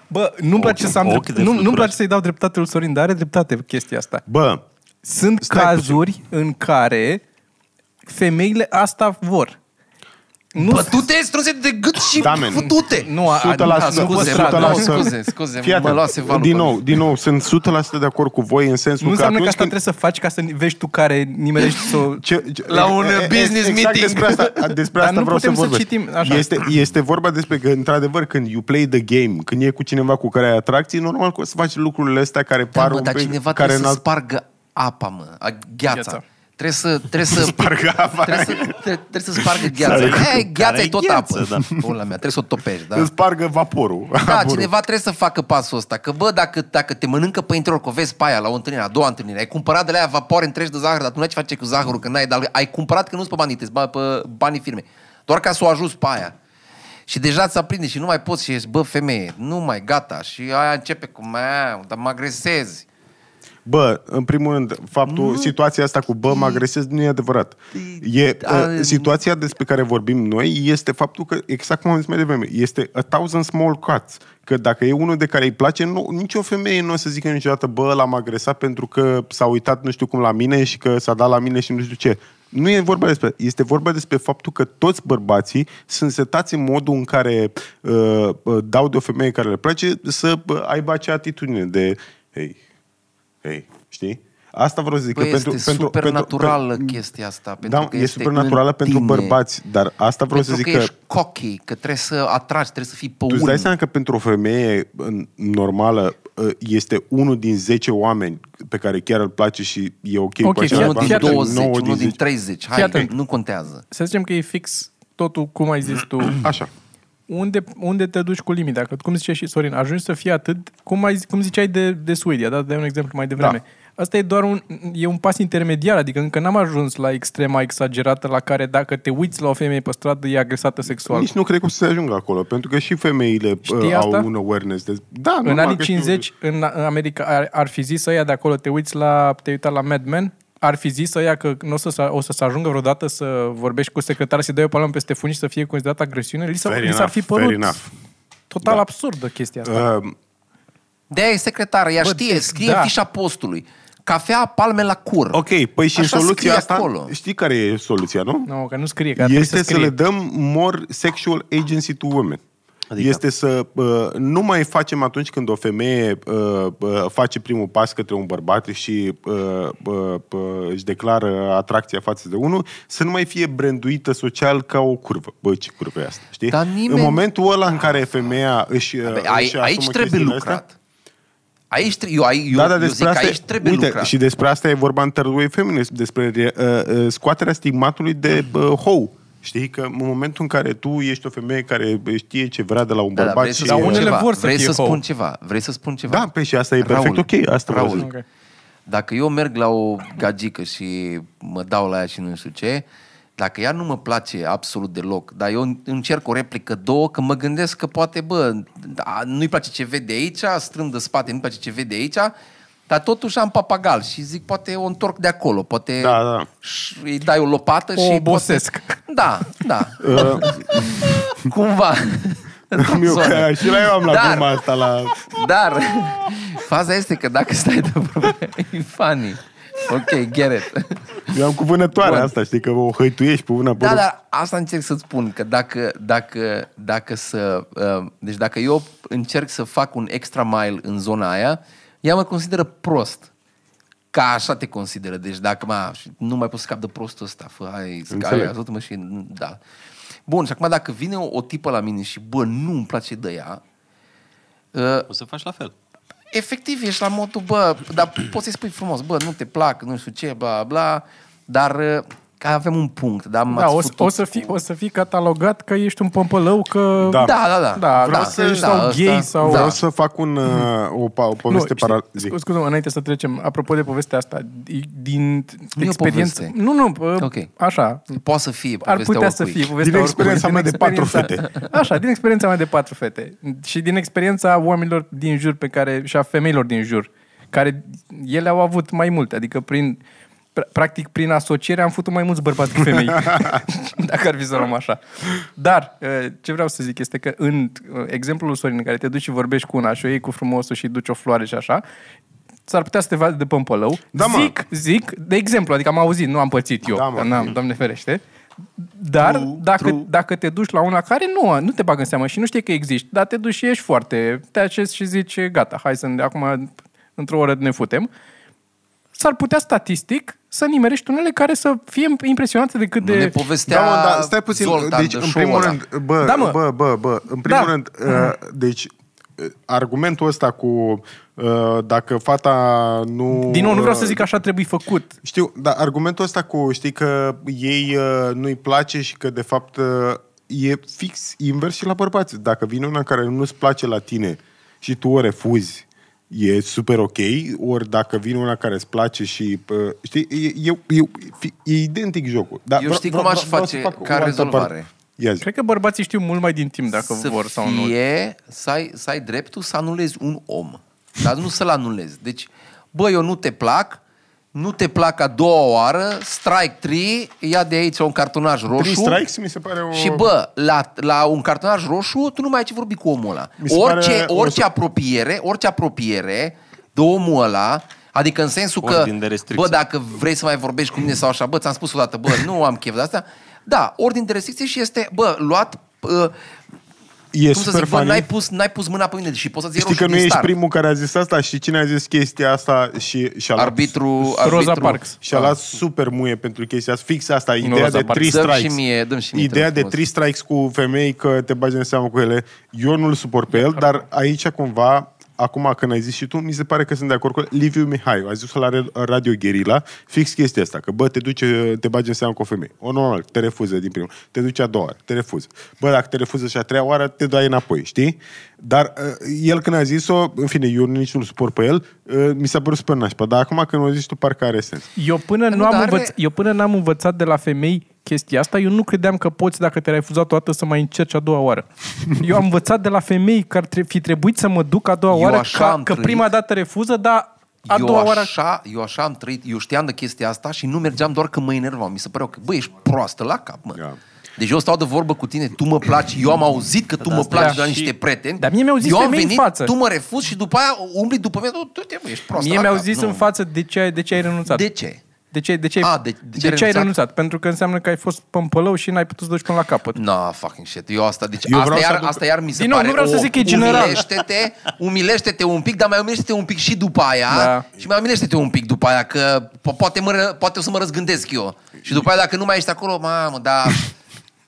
C: Bă, nu-mi place, să am
D: ochi
C: drept-
D: de
C: nu, nu-mi
D: fluturaș.
C: place să-i dau dreptate lui Sorin, dar are dreptate chestia asta.
B: Bă,
C: Sunt
B: Stai
C: cazuri în care femeile asta vor. Nu
A: Bă, tu te-ai strâns de gât și
B: Da, man.
A: fute!
C: Nu, a-
B: 100%,
C: da, sunt
A: scuze,
C: păstrat,
A: mă,
C: da.
A: luase- scuze, scuze,
B: Fii
A: mă
B: atent.
A: luase valul
B: Din
A: pe
B: nou,
A: mine.
B: din nou, sunt 100% de acord cu voi în sensul
C: nu
B: că
C: înseamnă că
B: atunci
C: asta
B: când...
C: trebuie să faci ca să vești tu care nimerești să o...
B: Ce, ce,
A: La un,
B: e- e-
A: business
B: exact
A: meeting.
B: Despre asta, despre
C: Dar
B: asta
C: nu
B: vreau să
C: putem să
B: vorbesc.
C: citim, așa.
B: Este, este vorba despre că, într-adevăr, când you play the game, când e cu cineva cu care ai atracții, normal că o să faci lucrurile astea care
A: Da,
B: par
A: mă,
B: un
A: dar
B: pic...
A: cineva
B: care
A: trebuie să
B: înalt-
A: spargă apa, mă, a, gheața.
C: Gheața.
A: Trebuie să... Trebuie să
B: Spargă apa.
A: Trebuie să, tre- trebuie să spargă gheața.
D: Care-
A: E, gheața e
D: care
A: tot
D: gheață,
A: apă.
D: da.
A: Pula mea, trebuie să o topești, da?
B: Îți spargă vaporul.
A: Da,
B: Aburul.
A: cineva trebuie să facă pasul ăsta. Că bă, dacă, dacă te mănâncă pe interior, că o vezi pe aia la o întâlnire, a doua întâlnire, ai cumpărat de la aia vapoare întregi de zahăr, dar tu nu ai ce face cu zahărul, că n-ai, dar ai cumpărat că nu-ți pe banii, tăi, ba- pe banii firme. Doar ca să o ajuți pe aia. Și deja ți aprinde și nu mai poți și ești, bă, femeie, nu mai, gata. Și aia începe cu, mea, dar mă agresezi.
B: Adică Bă, în primul rând, faptul, situația asta cu bă, mă agresez, nu e adevărat. E,
A: Da.
B: uh, situația despre care vorbim noi este faptul că, exact cum am zis mai devreme, este a thousand small cuts. Că dacă e unul de care îi place, nu, nicio femeie nu o să zică niciodată, bă, l-am agresat pentru că s-a uitat nu știu cum la mine și că s-a dat la mine și nu știu ce. Nu e vorba despre. Este vorba despre faptul că toți bărbații sunt setați în modul în care uh, uh, dau de o femeie care le place să uh, aibă acea atitudine de, hei, Ei, știi? Asta vreau să zic.
A: Bă,
B: că pentru,
A: Păi, este
B: pentru,
A: supernaturală
B: pentru,
A: chestia asta, pentru
B: Da,
A: că
B: e
A: este
B: supernaturală
A: în
B: pentru
A: tine.
B: bărbați, dar asta vreau
A: Pentru
B: să zic
A: că,
B: că...
A: ești cocky, că trebuie să atragi, trebuie să fii pe
B: Tu îți
A: urmă.
B: dai seama că pentru o femeie în- normală ă, este unul din 10 oameni pe care chiar îl place și e ok,
C: Ok,
B: cu același
A: Unul
C: Fii
A: Deci
B: bani,
A: din
C: atent.
B: poate
A: 20,
B: nouă
A: unul din
B: 10.
A: 30,
C: Fii
A: hai,
C: atent.
A: nu contează.
C: Să zicem că e fix totul cum ai zis tu.
B: Așa.
C: Unde, unde te duci cu limita? Că, cum zice și Sorin, ajungi să fii atât, cum, ai, cum ziceai de, de Suedia, da? Dai un exemplu mai devreme. Da. Asta e doar un, e un pas intermediar, adică încă n-am ajuns la extrema exagerată la care dacă te uiți la o femeie pe stradă e agresată sexual.
B: Nici nu cred că o să se ajungă acolo, pentru că și femeile
C: Știi
B: uh,
C: asta?
B: au un awareness. De... Da,
C: În
B: normal
C: anii
B: că știu.
C: 50, în, în America, ar, ar fi zis ăia de acolo, te uiți la, te uita la Mad Men, ar fi zis ăia că nu o să, se- o să se ajungă vreodată să vorbești cu secretar, să-i dai o palmă peste fund și să fie considerat agresiune, li, s-a,
B: Fair
C: li s-ar
B: enough,
C: fi
B: fair
C: părut
B: enough.
C: total
B: Da.
C: absurdă chestia asta.
B: Uh,
A: De-aia e secretară, ea
C: Bă,
A: știe,
C: deci,
A: scrie
C: da.
A: fișa postului. Cafea, palme la cur.
B: Ok, păi și
A: Așa scrie
B: soluția asta,
A: acolo.
B: știi care e soluția, nu?
C: Nu, no, că nu scrie, că ar
B: Este să,
C: trebui să scrie.
B: le dăm more sexual agency to women. Adică?
D: Adică?
B: Este să uh, nu mai facem atunci când o femeie uh, uh, face primul pas către un bărbat și uh, uh, uh, își declară atracția față de unul, să nu mai fie branduită social ca o curvă. Bă, ce curvă e asta, știi?
A: Dar nimeni-
B: În momentul ăla în care femeia își, uh,
A: Păi, ai,
B: își asumă
A: aici trebuie
B: chestiile
A: lucrat. Aici, tre- eu, ai- eu,
B: da, da,
A: eu
B: despre
A: zic
B: asta,
A: că aici trebuie
B: uite,
A: lucrat.
B: Și despre asta e vorba în Third Wave Feminist, despre uh, uh, scoaterea stigmatului de uh, hou. Știi că în momentul în care tu ești o femeie care știe ce vrea de la un
A: Da, da,
B: bărbat
A: vrei să
B: și...
A: spun
C: Dar unele
A: ceva.
C: vor să
A: vrei
C: fie
A: să
C: hou.
A: spun ceva. Vrei să spun ceva.
B: Da, pe și asta e perfect ok, asta vreau
A: Raul,
B: să
C: zic. Ok.
A: dacă eu merg la o gagică și mă dau la ea și nu știu ce, dacă ea nu mă place absolut deloc, dar eu încerc o replică, două, că mă gândesc că poate, bă, da, nu-i place ce vede aici, strâng de spate, nu-i place ce vede aici, dar totuși am papagal și zic, poate o întorc de acolo, poate
B: Da, da.
A: și îi dai o lopată
C: O
A: și...
C: obosesc.
A: Poate... Da, da. Cumva.
B: Eu, că, și la eu am la
A: Dar-
B: gluma asta la...
A: Dar faza este că dacă stai de vorbă, e funny. Ok, get it.
B: Eu am cu vânătoarea
A: Bun.
B: asta, știi, că o hăituiești pe una pe
A: Da,
B: da, da.
A: dar asta încerc să-ți spun, că dacă, dacă, dacă să... uh, Deci dacă eu încerc să fac un extra mile în zona aia, ea mă consideră prost. Ca așa te consideră. Deci dacă mă, nu mai pot să scap de prostul ăsta, fă, hai,
B: Înțeleg.
A: scai, ajută-mă și... Da. Bun, și acum dacă vine o, o tipă la mine și, bă, nu îmi place de ea, uh,
D: O să faci la fel.
A: efectiv ești la modul, bă, dar poți să-i spui frumos, bă, nu te plac, nu știu ce, bla, bla, dar uh, că avem un punct, dar
C: Da,
A: m-ați
C: o, să-
A: făcut
C: o, să fii, o să fii catalogat că ești un pămpălău, că...
B: Da.
A: Da, da, da.
C: Da,
A: Vreau
C: da,
A: să-
C: că ești sau
A: da,
C: gay
A: ăsta-
C: sau...
A: da.
B: Vreau să fac un, uh, o, pa- o poveste
C: știi,
B: paralelă.
C: scu- Scuze-mă, înainte să trecem, apropo de povestea asta, di- din t-
A: Nu e o
C: experiență...
A: poveste.
C: Nu, nu, bă,
A: Ok.
C: așa.
A: Poate să fie
C: Ar
A: povestea
C: putea să
A: oricui.
C: fie povestea oricui,
B: experiența
C: din
B: mea de patru
C: experiența- Așa, din experiența mea de patru fete. Și din experiența oamenilor din jur pe care, și a femeilor din jur, care ele au avut mai multe, adică prin pra- practic prin asociere am făcut mai mulți bărbați cu femei, dacă ar fi să luăm așa. Dar eh, ce vreau să zic este că în eh, exemplul lui Sorin, în care te duci și vorbești cu una și o iei cu frumosul și duci o floare și așa, s-ar putea să te vadă de pămpălău.
B: Da, mă.
C: zic, zic, de exemplu, adică am auzit, nu am pățit eu,
B: Da, mă.
C: da,
A: Mm.
C: n-am, doamne ferește, dar
B: True,
C: dacă,
B: true.
C: dacă te duci la una care nu, nu te bagă în seamă și nu știi că există, dar te duci și ești foarte... Te acest și zici, gata, hai să ne, acum într-o oră ne futem. S-ar putea statistic să nimerești unele care să fie impresionate de cât
A: Nu
C: de...
A: ne povestea
B: da, mă, da, stai puțin.
A: Zoltan
B: deci,
A: de
B: în
A: show-ul
B: primul
A: ăla.
B: rând, bă,
C: Da,
B: da,
C: mă.
B: bă, bă, bă, în primul
C: Da.
B: rând, uh, deci, uh, argumentul ăsta cu uh, dacă fata nu...
C: Din nou, nu vreau
B: uh,
C: să zic că așa trebuie făcut.
B: Știu, dar argumentul ăsta cu, știi, că ei uh, nu-i place și că, de fapt, uh, e fix invers și la bărbați. Dacă vine una care nu-ți place la tine și tu o refuzi, e super ok, ori dacă vine una care îți place și, uh, știi, e, e, e, fi- e identic jocul. Dar
A: Eu
B: vre-
A: știi
B: vre-
A: cum aș
B: vre- vreau
A: face
B: să fac
A: ca
B: o altă
A: rezolvare?
B: parte. Ia zi.
C: Cred că bărbații știu mult mai din timp dacă
A: să
C: vor sau nu.
A: fie, să ai, să ai dreptul să anulezi un om, dar nu să-l anulezi. Deci, bă, eu nu te plac, nu te plac a doua oară, strike 3, ia de aici un cartonaj roșu.
B: Three strikes mi se pare o...
A: Și bă, la, la un cartonaj roșu, tu nu mai ai ce vorbi cu omul ăla.
B: Mi se
A: Orice,
B: pare o-
A: orice apropiere, orice apropiere de omul ăla, adică în sensul că,
D: Ordin de
A: bă,
D: restricție.
A: dacă vrei să mai vorbești cu mine sau așa, bă, ți-am spus odată, bă, nu am chef de asta. Da, ordin de restricție și este, bă, luat, uh,
B: e
A: cum să zic, bă, n-ai pus, n-ai pus mâna pe mine și poți să-ți iei
B: Știi
A: roșu
B: că
A: din
B: nu ești
A: start.
B: primul care a zis asta și cine a zis chestia asta și, și a luat
A: Arbitru, arbitru.
C: Rosa Parks.
B: Și a luat super muie pentru chestia asta. Fix asta, ideea
C: Rosa
B: de
C: Parks.
B: three
A: Dă-mi
B: strikes.
A: și mie, dă-mi și mie, te
B: ideea
A: rog
B: de
A: frumos.
B: three strikes cu femei că te bagi în seamă cu ele. Eu nu-l suport pe el,
A: Da.
B: dar aici cumva, acum când ai zis și tu, mi se pare că sunt de acord cu el. Liviu Mihai, a zis la re- Radio Guerilla, fix chestia asta, că bă, te duce, te bagi în seamă cu o femeie. O, normal, te refuză din primul. Te duce a doua oară, te refuză. Bă, dacă te refuză și a treia oară, te dai înapoi, știi? Dar uh, el când a zis-o, în fine, eu nici nu-l suport pe el, uh, mi s-a părut super nașpa, dar acum când o zici tu, parcă are sens.
C: Eu până, nu
A: Nu,
C: am
A: dar are-
C: învăț, eu până n-am învățat de la femei chestia asta, eu nu credeam că poți, dacă te-ai refuzat o dată, să mai încerci a doua oară. Eu am învățat de la femei că ar tre- fi trebuit să mă duc a doua
A: Eu
C: oară,
A: așa
C: ca,
A: am
C: că
A: trăit.
C: prima dată refuză, dar a
A: eu
C: doua oară...
A: așa, eu așa am trăit, eu știam de chestia asta și nu mergeam doar că mă enervam. Mi se părea că, bă, ești proastă la cap, mă.
B: Da.
A: Deci eu stau de vorbă cu tine, tu mă placi, eu am auzit
C: Da,
A: că tu mă
D: asta
A: placi
D: e
A: de la
D: și-
A: niște prieteni.
C: Dar mie mi-au zis
A: eu am
C: femei în
A: venit,
C: față.
A: tu mă refuzi și după aia umbli după mine, tu te mă, ești prost.
C: Mie
A: la
C: mi-au
A: cap."
C: zis
A: Nu.
C: în față de ce ai, de ce ai renunțat.
A: De ce?
C: De ce, de ce, ai-
A: A, de- de ce ai
C: de ce ai
A: renunțat?
C: renunțat? Pentru că înseamnă că ai fost pămpălău și n-ai putut să duci până la capăt.
A: No, fucking shit. Eu asta, deci
B: Eu
A: eu asta,
B: vreau să
A: iar,
B: aduc-
A: asta iar mi se
C: Din nou,
A: pare.
C: nu vreau să
A: o-
C: zic că e general.
A: Umilește-te, umilește-te un pic, dar mai umilește-te un pic și după aia.
C: Da.
A: Da. Și mai umilește-te un pic după aia, că po- poate, mă, ră- poate o să mă răzgândesc eu. Și după aia, dacă nu mai ești acolo, mamă, dar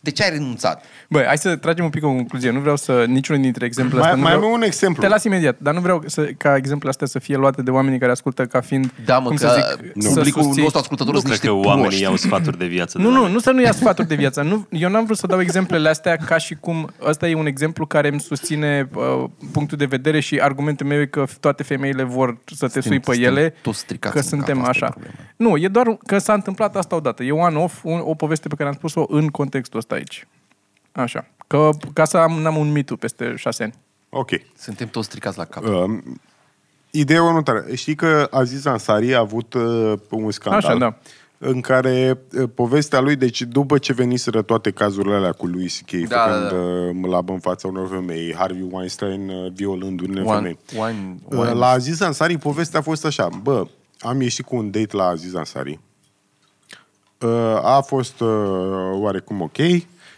A: de ce ai renunțat?
C: Băi, hai să tragem un pic o concluzie. Nu vreau să niciunul dintre exemplele
B: Mai,
C: astea...
B: mai
C: nu
B: am
C: vreau...
B: un exemplu.
C: Te las imediat, dar nu vreau să, ca exemplele astea să fie luate de oamenii care ascultă ca fiind,
A: Da, mă,
C: cum
A: că
C: să zic, să
A: publicul
C: susții-
A: nostru ascultător
D: Nu
A: sunt
D: cred
A: niște
D: că oamenii
A: proști.
D: iau sfaturi de viață.
C: Nu,
D: de la
C: nu,
D: noi.
C: nu să nu ia sfaturi de viață. Nu, eu n-am vrut să dau exemplele astea ca și cum ăsta e un exemplu care îmi susține uh, punctul de vedere și argumentul meu e că toate femeile vor să te
A: Suntem-
C: sui pe
A: suntem
C: ele,
A: toți stricați
C: că
A: în
C: suntem
A: cap, asta e
C: așa.
A: problema.
C: Nu, e doar că s-a întâmplat asta odată. E one off, un, o poveste pe care am spus-o în contextul ăsta aici. Așa. Că, ca să am, n-am un mitu peste șase ani.
B: Ok.
A: Suntem toți stricați la cap.
B: Um, ideea următoare. Știi că Aziz Ansari a avut uh, un scandal
C: Așa, da.
B: în care uh, povestea lui, deci după ce veniseră toate cazurile alea cu lui C.K.
A: Da,
B: făcând
A: da, da.
B: uh, labă în fața unor femei, Harvey Weinstein uh, violând unele
A: One,
B: femei.
A: one,
B: Uh,
A: one.
B: La Aziz Ansari povestea a fost așa. Bă, am ieșit cu un date la Aziz Ansari. Uh, A fost uh, oarecum ok.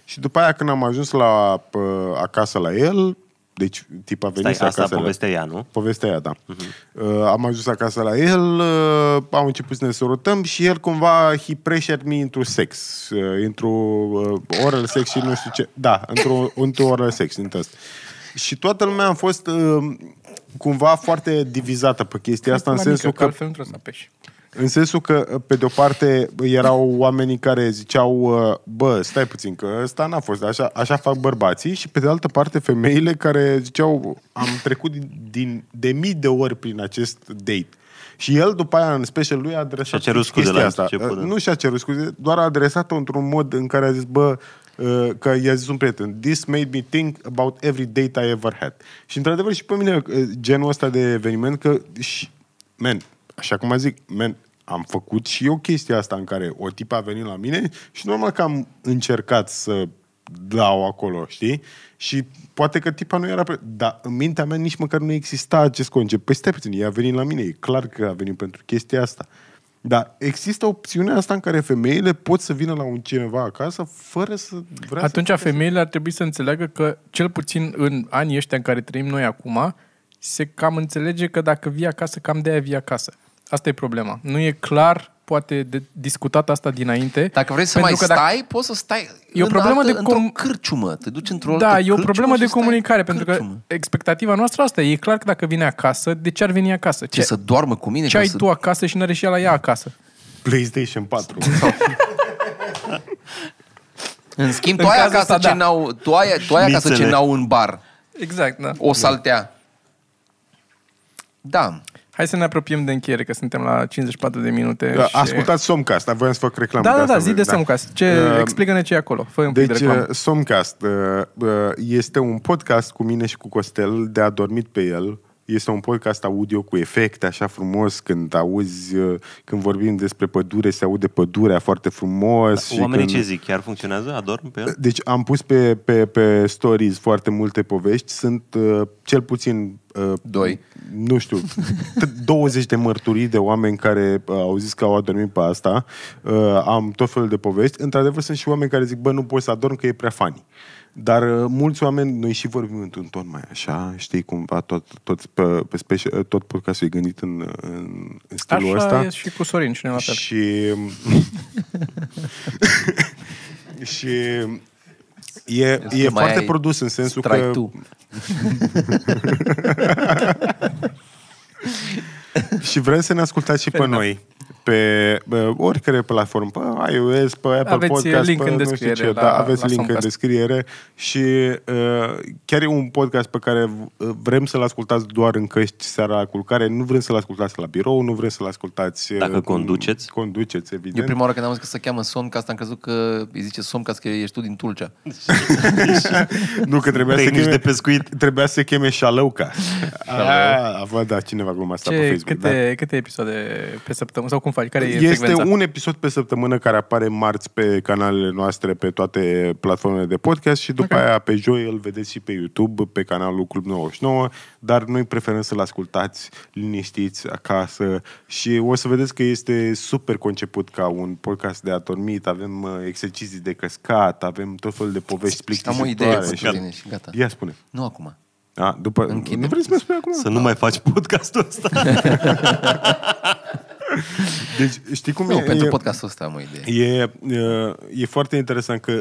B: Și după aia când am ajuns la uh, acasă la el, deci tip a venit
D: Stai, asta
B: acasă la-
D: povestea ea, nu?
B: Povestea aia, da. Uh-huh. Uh, am ajuns acasă la el, uh, am început să ne sorotăm și el cumva he pressured me into sex, uh, into uh, oral sex și nu știu ce. Da, într-o, într oral sex, din asta. Și toată lumea a fost uh, cumva foarte divizată pe chestia asta, în
C: La mică,
B: sensul că
C: altfel nu trebuie să apeși.
B: în sensul că, pe de-o parte, erau oamenii care ziceau, uh, bă, stai puțin, că ăsta n-a fost, așa, așa fac bărbații, și pe de altă parte, femeile care ziceau, am trecut din, din, de mii de ori prin acest date. Și el, după aia, în special lui, a adresat
D: Și-a cerut
B: fix
D: scuze
B: chestia
D: la
B: asta.
D: început, da.
B: Uh, Nu și-a cerut scuze, doar a adresat-o într-un mod în care a zis, bă, uh, că i-a zis un prieten, this made me think about every date I ever had. Și într-adevăr și pe mine uh, genul ăsta de eveniment, că și, man, așa cum zic, man, am făcut și eu chestia asta în care o tipă a venit la mine și normal că am încercat să dau acolo, știi? Și poate că tipa nu era... Pre... Dar în mintea mea nici măcar nu exista acest concept. Păi stai puțin, ea a venit la mine, e clar că a venit pentru chestia asta. Dar există opțiunea asta în care femeile pot să vină la un cineva acasă fără să vrea
C: Atunci
B: să...
C: femeile ar trebui să înțeleagă că, cel puțin în anii ăștia în care trăim noi acum, se cam înțelege că dacă vii acasă, cam de-aia vii acasă. Asta e problema. Nu e clar, poate de discutat asta dinainte.
A: Dacă vrei să
C: pentru
A: mai
C: că dacă-
A: stai, poți să stai
C: E o
A: în
C: problemă
A: altă,
C: de
A: într-o
C: com-
A: cârciumă. Te duci într-o altă
C: Da, e o
A: cârciumă
C: problemă
A: și
C: de
A: stai
C: comunicare,
A: în
C: pentru că
A: cârciumă.
C: expectativa noastră asta e. E clar că dacă vine acasă, de ce ar veni acasă?
A: Ce, să doarmă cu mine?
C: ce
A: că
C: ai
A: să...
C: tu acasă și n-are și ea la ea acasă?
B: PlayStation 4.
A: În schimb,
C: În
A: tu ai
C: cazul
A: acasă
C: ăsta,
A: ce
C: da.
A: n-au, tu ai, tu ai acasă ce
D: Șnițele.
A: n-au în bar.
C: Exact, da.
A: O saltea. Da.
C: Hai să ne apropiem de încheiere, că suntem la 54 de minute.
B: Da,
C: și-
B: Ascultați Somcast, dar voiam să fac reclamă.
C: Da, da,
B: asta,
C: da, zi
B: vă-
C: de Somcast. Ce,
B: Uh,
C: explică-ne ce e acolo. Fă un pic de
B: Deci,
C: reclamă.
B: uh, Somcast uh, uh, este un podcast cu mine și cu Costel de adormit pe el. Este un podcast audio cu efecte, așa frumos, când auzi, uh, când vorbim despre pădure, se aude pădurea foarte frumos. și
D: Da, Oamenii
B: când...
D: ce zic? Chiar funcționează? Adorm pe el?
B: Deci am pus pe, pe, pe stories foarte multe povești. Sunt uh, cel puțin... Uh,
A: Doi.
B: Nu știu, t- 20 de mărturii de oameni care uh, au zis că au adormit pe asta. Uh, am tot felul de povești. Într-adevăr sunt și oameni care zic, bă, nu pot să adorm că e prea funny. Dar uh, mulți oameni, noi și vorbim într-un ton mai așa, știi, cumva tot, tot, pe, pe special, tot podcastul e gândit în, în, în stilul
C: Așa
B: ăsta.
C: e și cu Sorin și noi la fel.
B: Și... și... E, e
A: mai
B: foarte
A: ai
B: produs în sensul
A: Trai
B: că...
A: tu.
B: Și vrem să ne ascultați și pe noi. Pe bă, oricare platformă, pe iOS, pe Apple
C: Aveți
B: Podcast,
C: link
B: pe
C: în
B: nu știu
C: descriere
B: ce,
C: la-
B: da, aveți
C: la
B: link
C: Soundcast.
B: în descriere și uh, chiar e un podcast pe care v- ă, vrem să-l ascultați doar în căști seara la culcare, nu vrem să-l ascultați la birou, nu vrem să-l ascultați... uh,
D: Dacă
B: în-
D: conduceți.
B: Conduceți, evident.
A: Eu prima oară când am zis că se cheamă Somcast, am crezut că îi zice Somcast că ești tu din Tulcea.
B: Nu, că trebuia să,
D: Tehnici
B: cheme,
D: de pescuit.
B: trebuia să se cheme Șalăuca. A, a, da, cineva gluma asta pe
C: Ce,
B: Facebook. da.
C: câte, câte episoade pe săptămână? Sau cum faci? Care e
B: este
C: secvența?
B: un episod pe săptămână care apare marți pe canalele noastre, pe toate platformele de podcast și după okay. aia pe joi îl vedeți și pe YouTube, pe canalul Club 99, dar noi preferăm să-l ascultați liniștiți acasă și o să vedeți că este super conceput ca un podcast de adormit, avem uh, exerciții de căscat, avem tot felul de povești
A: Am o idee
B: plictisitoare.
A: pentru tine și gata.
B: Ia spune.
A: Nu acum.
B: A, după...
A: Închidem.
B: Nu vrei să mi spui acum?
D: Să nu mai faci podcastul ăsta.
B: Deci, știi cum
A: Nu,
B: e?
A: pentru
B: e...
A: podcastul ăsta am o idee.
B: E, e, e foarte interesant că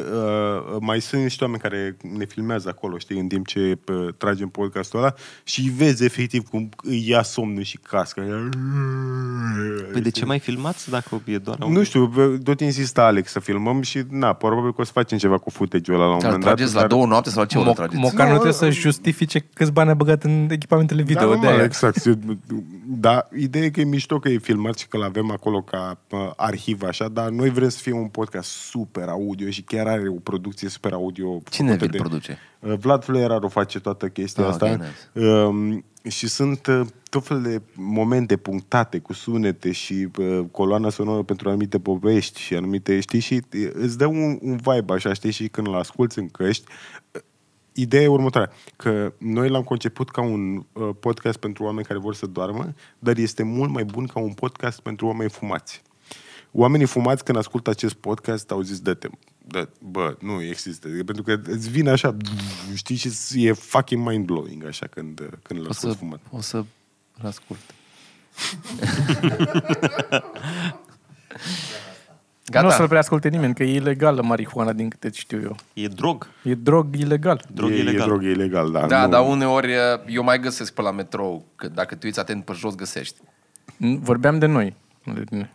B: uh, mai sunt și oameni care ne filmează acolo, știi, în timp ce uh, tragem podcastul ăla și îi vezi efectiv cum îi ia somnul și cască.
D: Păi de ce mai filmați dacă e doar
B: Nu știu, bă, tot insista Alex să filmăm și, na, probabil că o să facem ceva cu footage-ul ăla la un
A: Îl
B: moment dat.
A: trageți la două noapte sau la ce oră îl
C: Moc,
A: trageți?
C: Mocanul
B: Nu,
C: trebuie să justifice câți bani a băgat în echipamentele
B: Da,
C: video.
B: mă,
C: de aia.
B: exact. Dar ideea e că e mișto că e filmat și că îl avem acolo ca uh, arhivă, așa, dar noi vrem să fie un podcast super audio și chiar are o producție super audio.
A: Cine
B: făcută
A: vi-l produce?
B: Uh, Vlad Fluieraru face toată chestia
A: Ah,
B: asta.
A: ok, nice.
B: Um, și sunt uh, tot fel de momente punctate cu sunete și uh, coloana sonoră pentru anumite povești și anumite, știi, și uh, îți dă un, un vibe așa, știi, și când îl asculți în căști, uh, Ideea e următoarea, că noi l-am conceput ca un uh, podcast pentru oameni care vor să doarmă, dar este mult mai bun ca un podcast pentru oameni fumați. Oamenii fumați când ascultă acest podcast au zis, dă-te, dă, bă, nu există, pentru că îți vine așa, știi, și e fucking mind-blowing așa când, când
A: O
B: l-asculti
A: să,
B: fumat.
A: o să îl ascult.
C: Nu o să-l
A: Gata.
C: prea asculte nimeni, că e ilegală marihuana, din câte știu eu.
D: E drog.
C: E drog ilegal.
D: Drog
B: e,
D: e,
B: E
D: ilegal.
B: drog ilegal, da.
A: Da,
B: nu-
A: dar uneori uh, eu mai găsesc pe la metrou, că dacă te uiți atent pe jos, găsești.
C: N- Vorbeam de noi. nu de tine.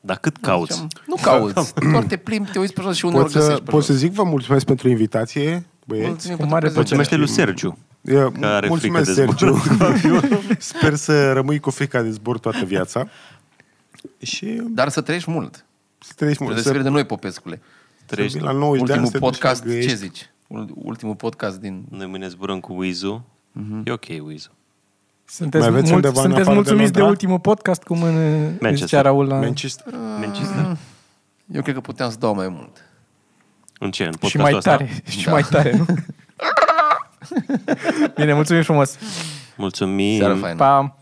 D: Dar cât cauți?
A: Ziceam, Nu cauți, doar te plimbi, te uiți pe jos și uneori
B: Pot să,
A: găsești pe
B: pot să
A: jos.
B: zic vă mulțumesc pentru invitație, băieți.
A: Mulțumim
C: Cu
A: pentru
C: mare
A: prezență.
D: Mulțumește lui Sergiu.
B: Eu-
D: Că are
B: mulțumesc,
D: frică de
B: Sergiu.
D: zbor.
B: Sper să rămâi cu frica de zbor toată viața. Și
A: Dar să trăiești mult.
B: să trăiești mult.
A: Trebuie să
B: Să,
A: de noi, Popescule.
B: să vii
D: Treci.
B: la 90 de ani
A: Ultimul
B: să te duci
A: podcast,
B: la Găiești.
A: ce zici? Ul- Ultimul podcast din...
D: Noi mâine zburăm cu Wizu. E ok, Wizu.
C: Sunteți,
B: aveți
C: mulți,
B: undeva în
C: sunteți
B: afară de
C: mulțumiți de,
B: Londra?
C: ultimul podcast, cum în, îți zicea Raul la...
B: Manchester.
D: Manchester.
A: Eu cred că puteam să dau mai mult.
D: În ce? În
C: Și
D: podcastul
C: mai
D: ăsta?
C: tare, și mai tare, nu? Bine, mulțumim frumos!
D: Mulțumim.
A: Seara faină.
C: Pa!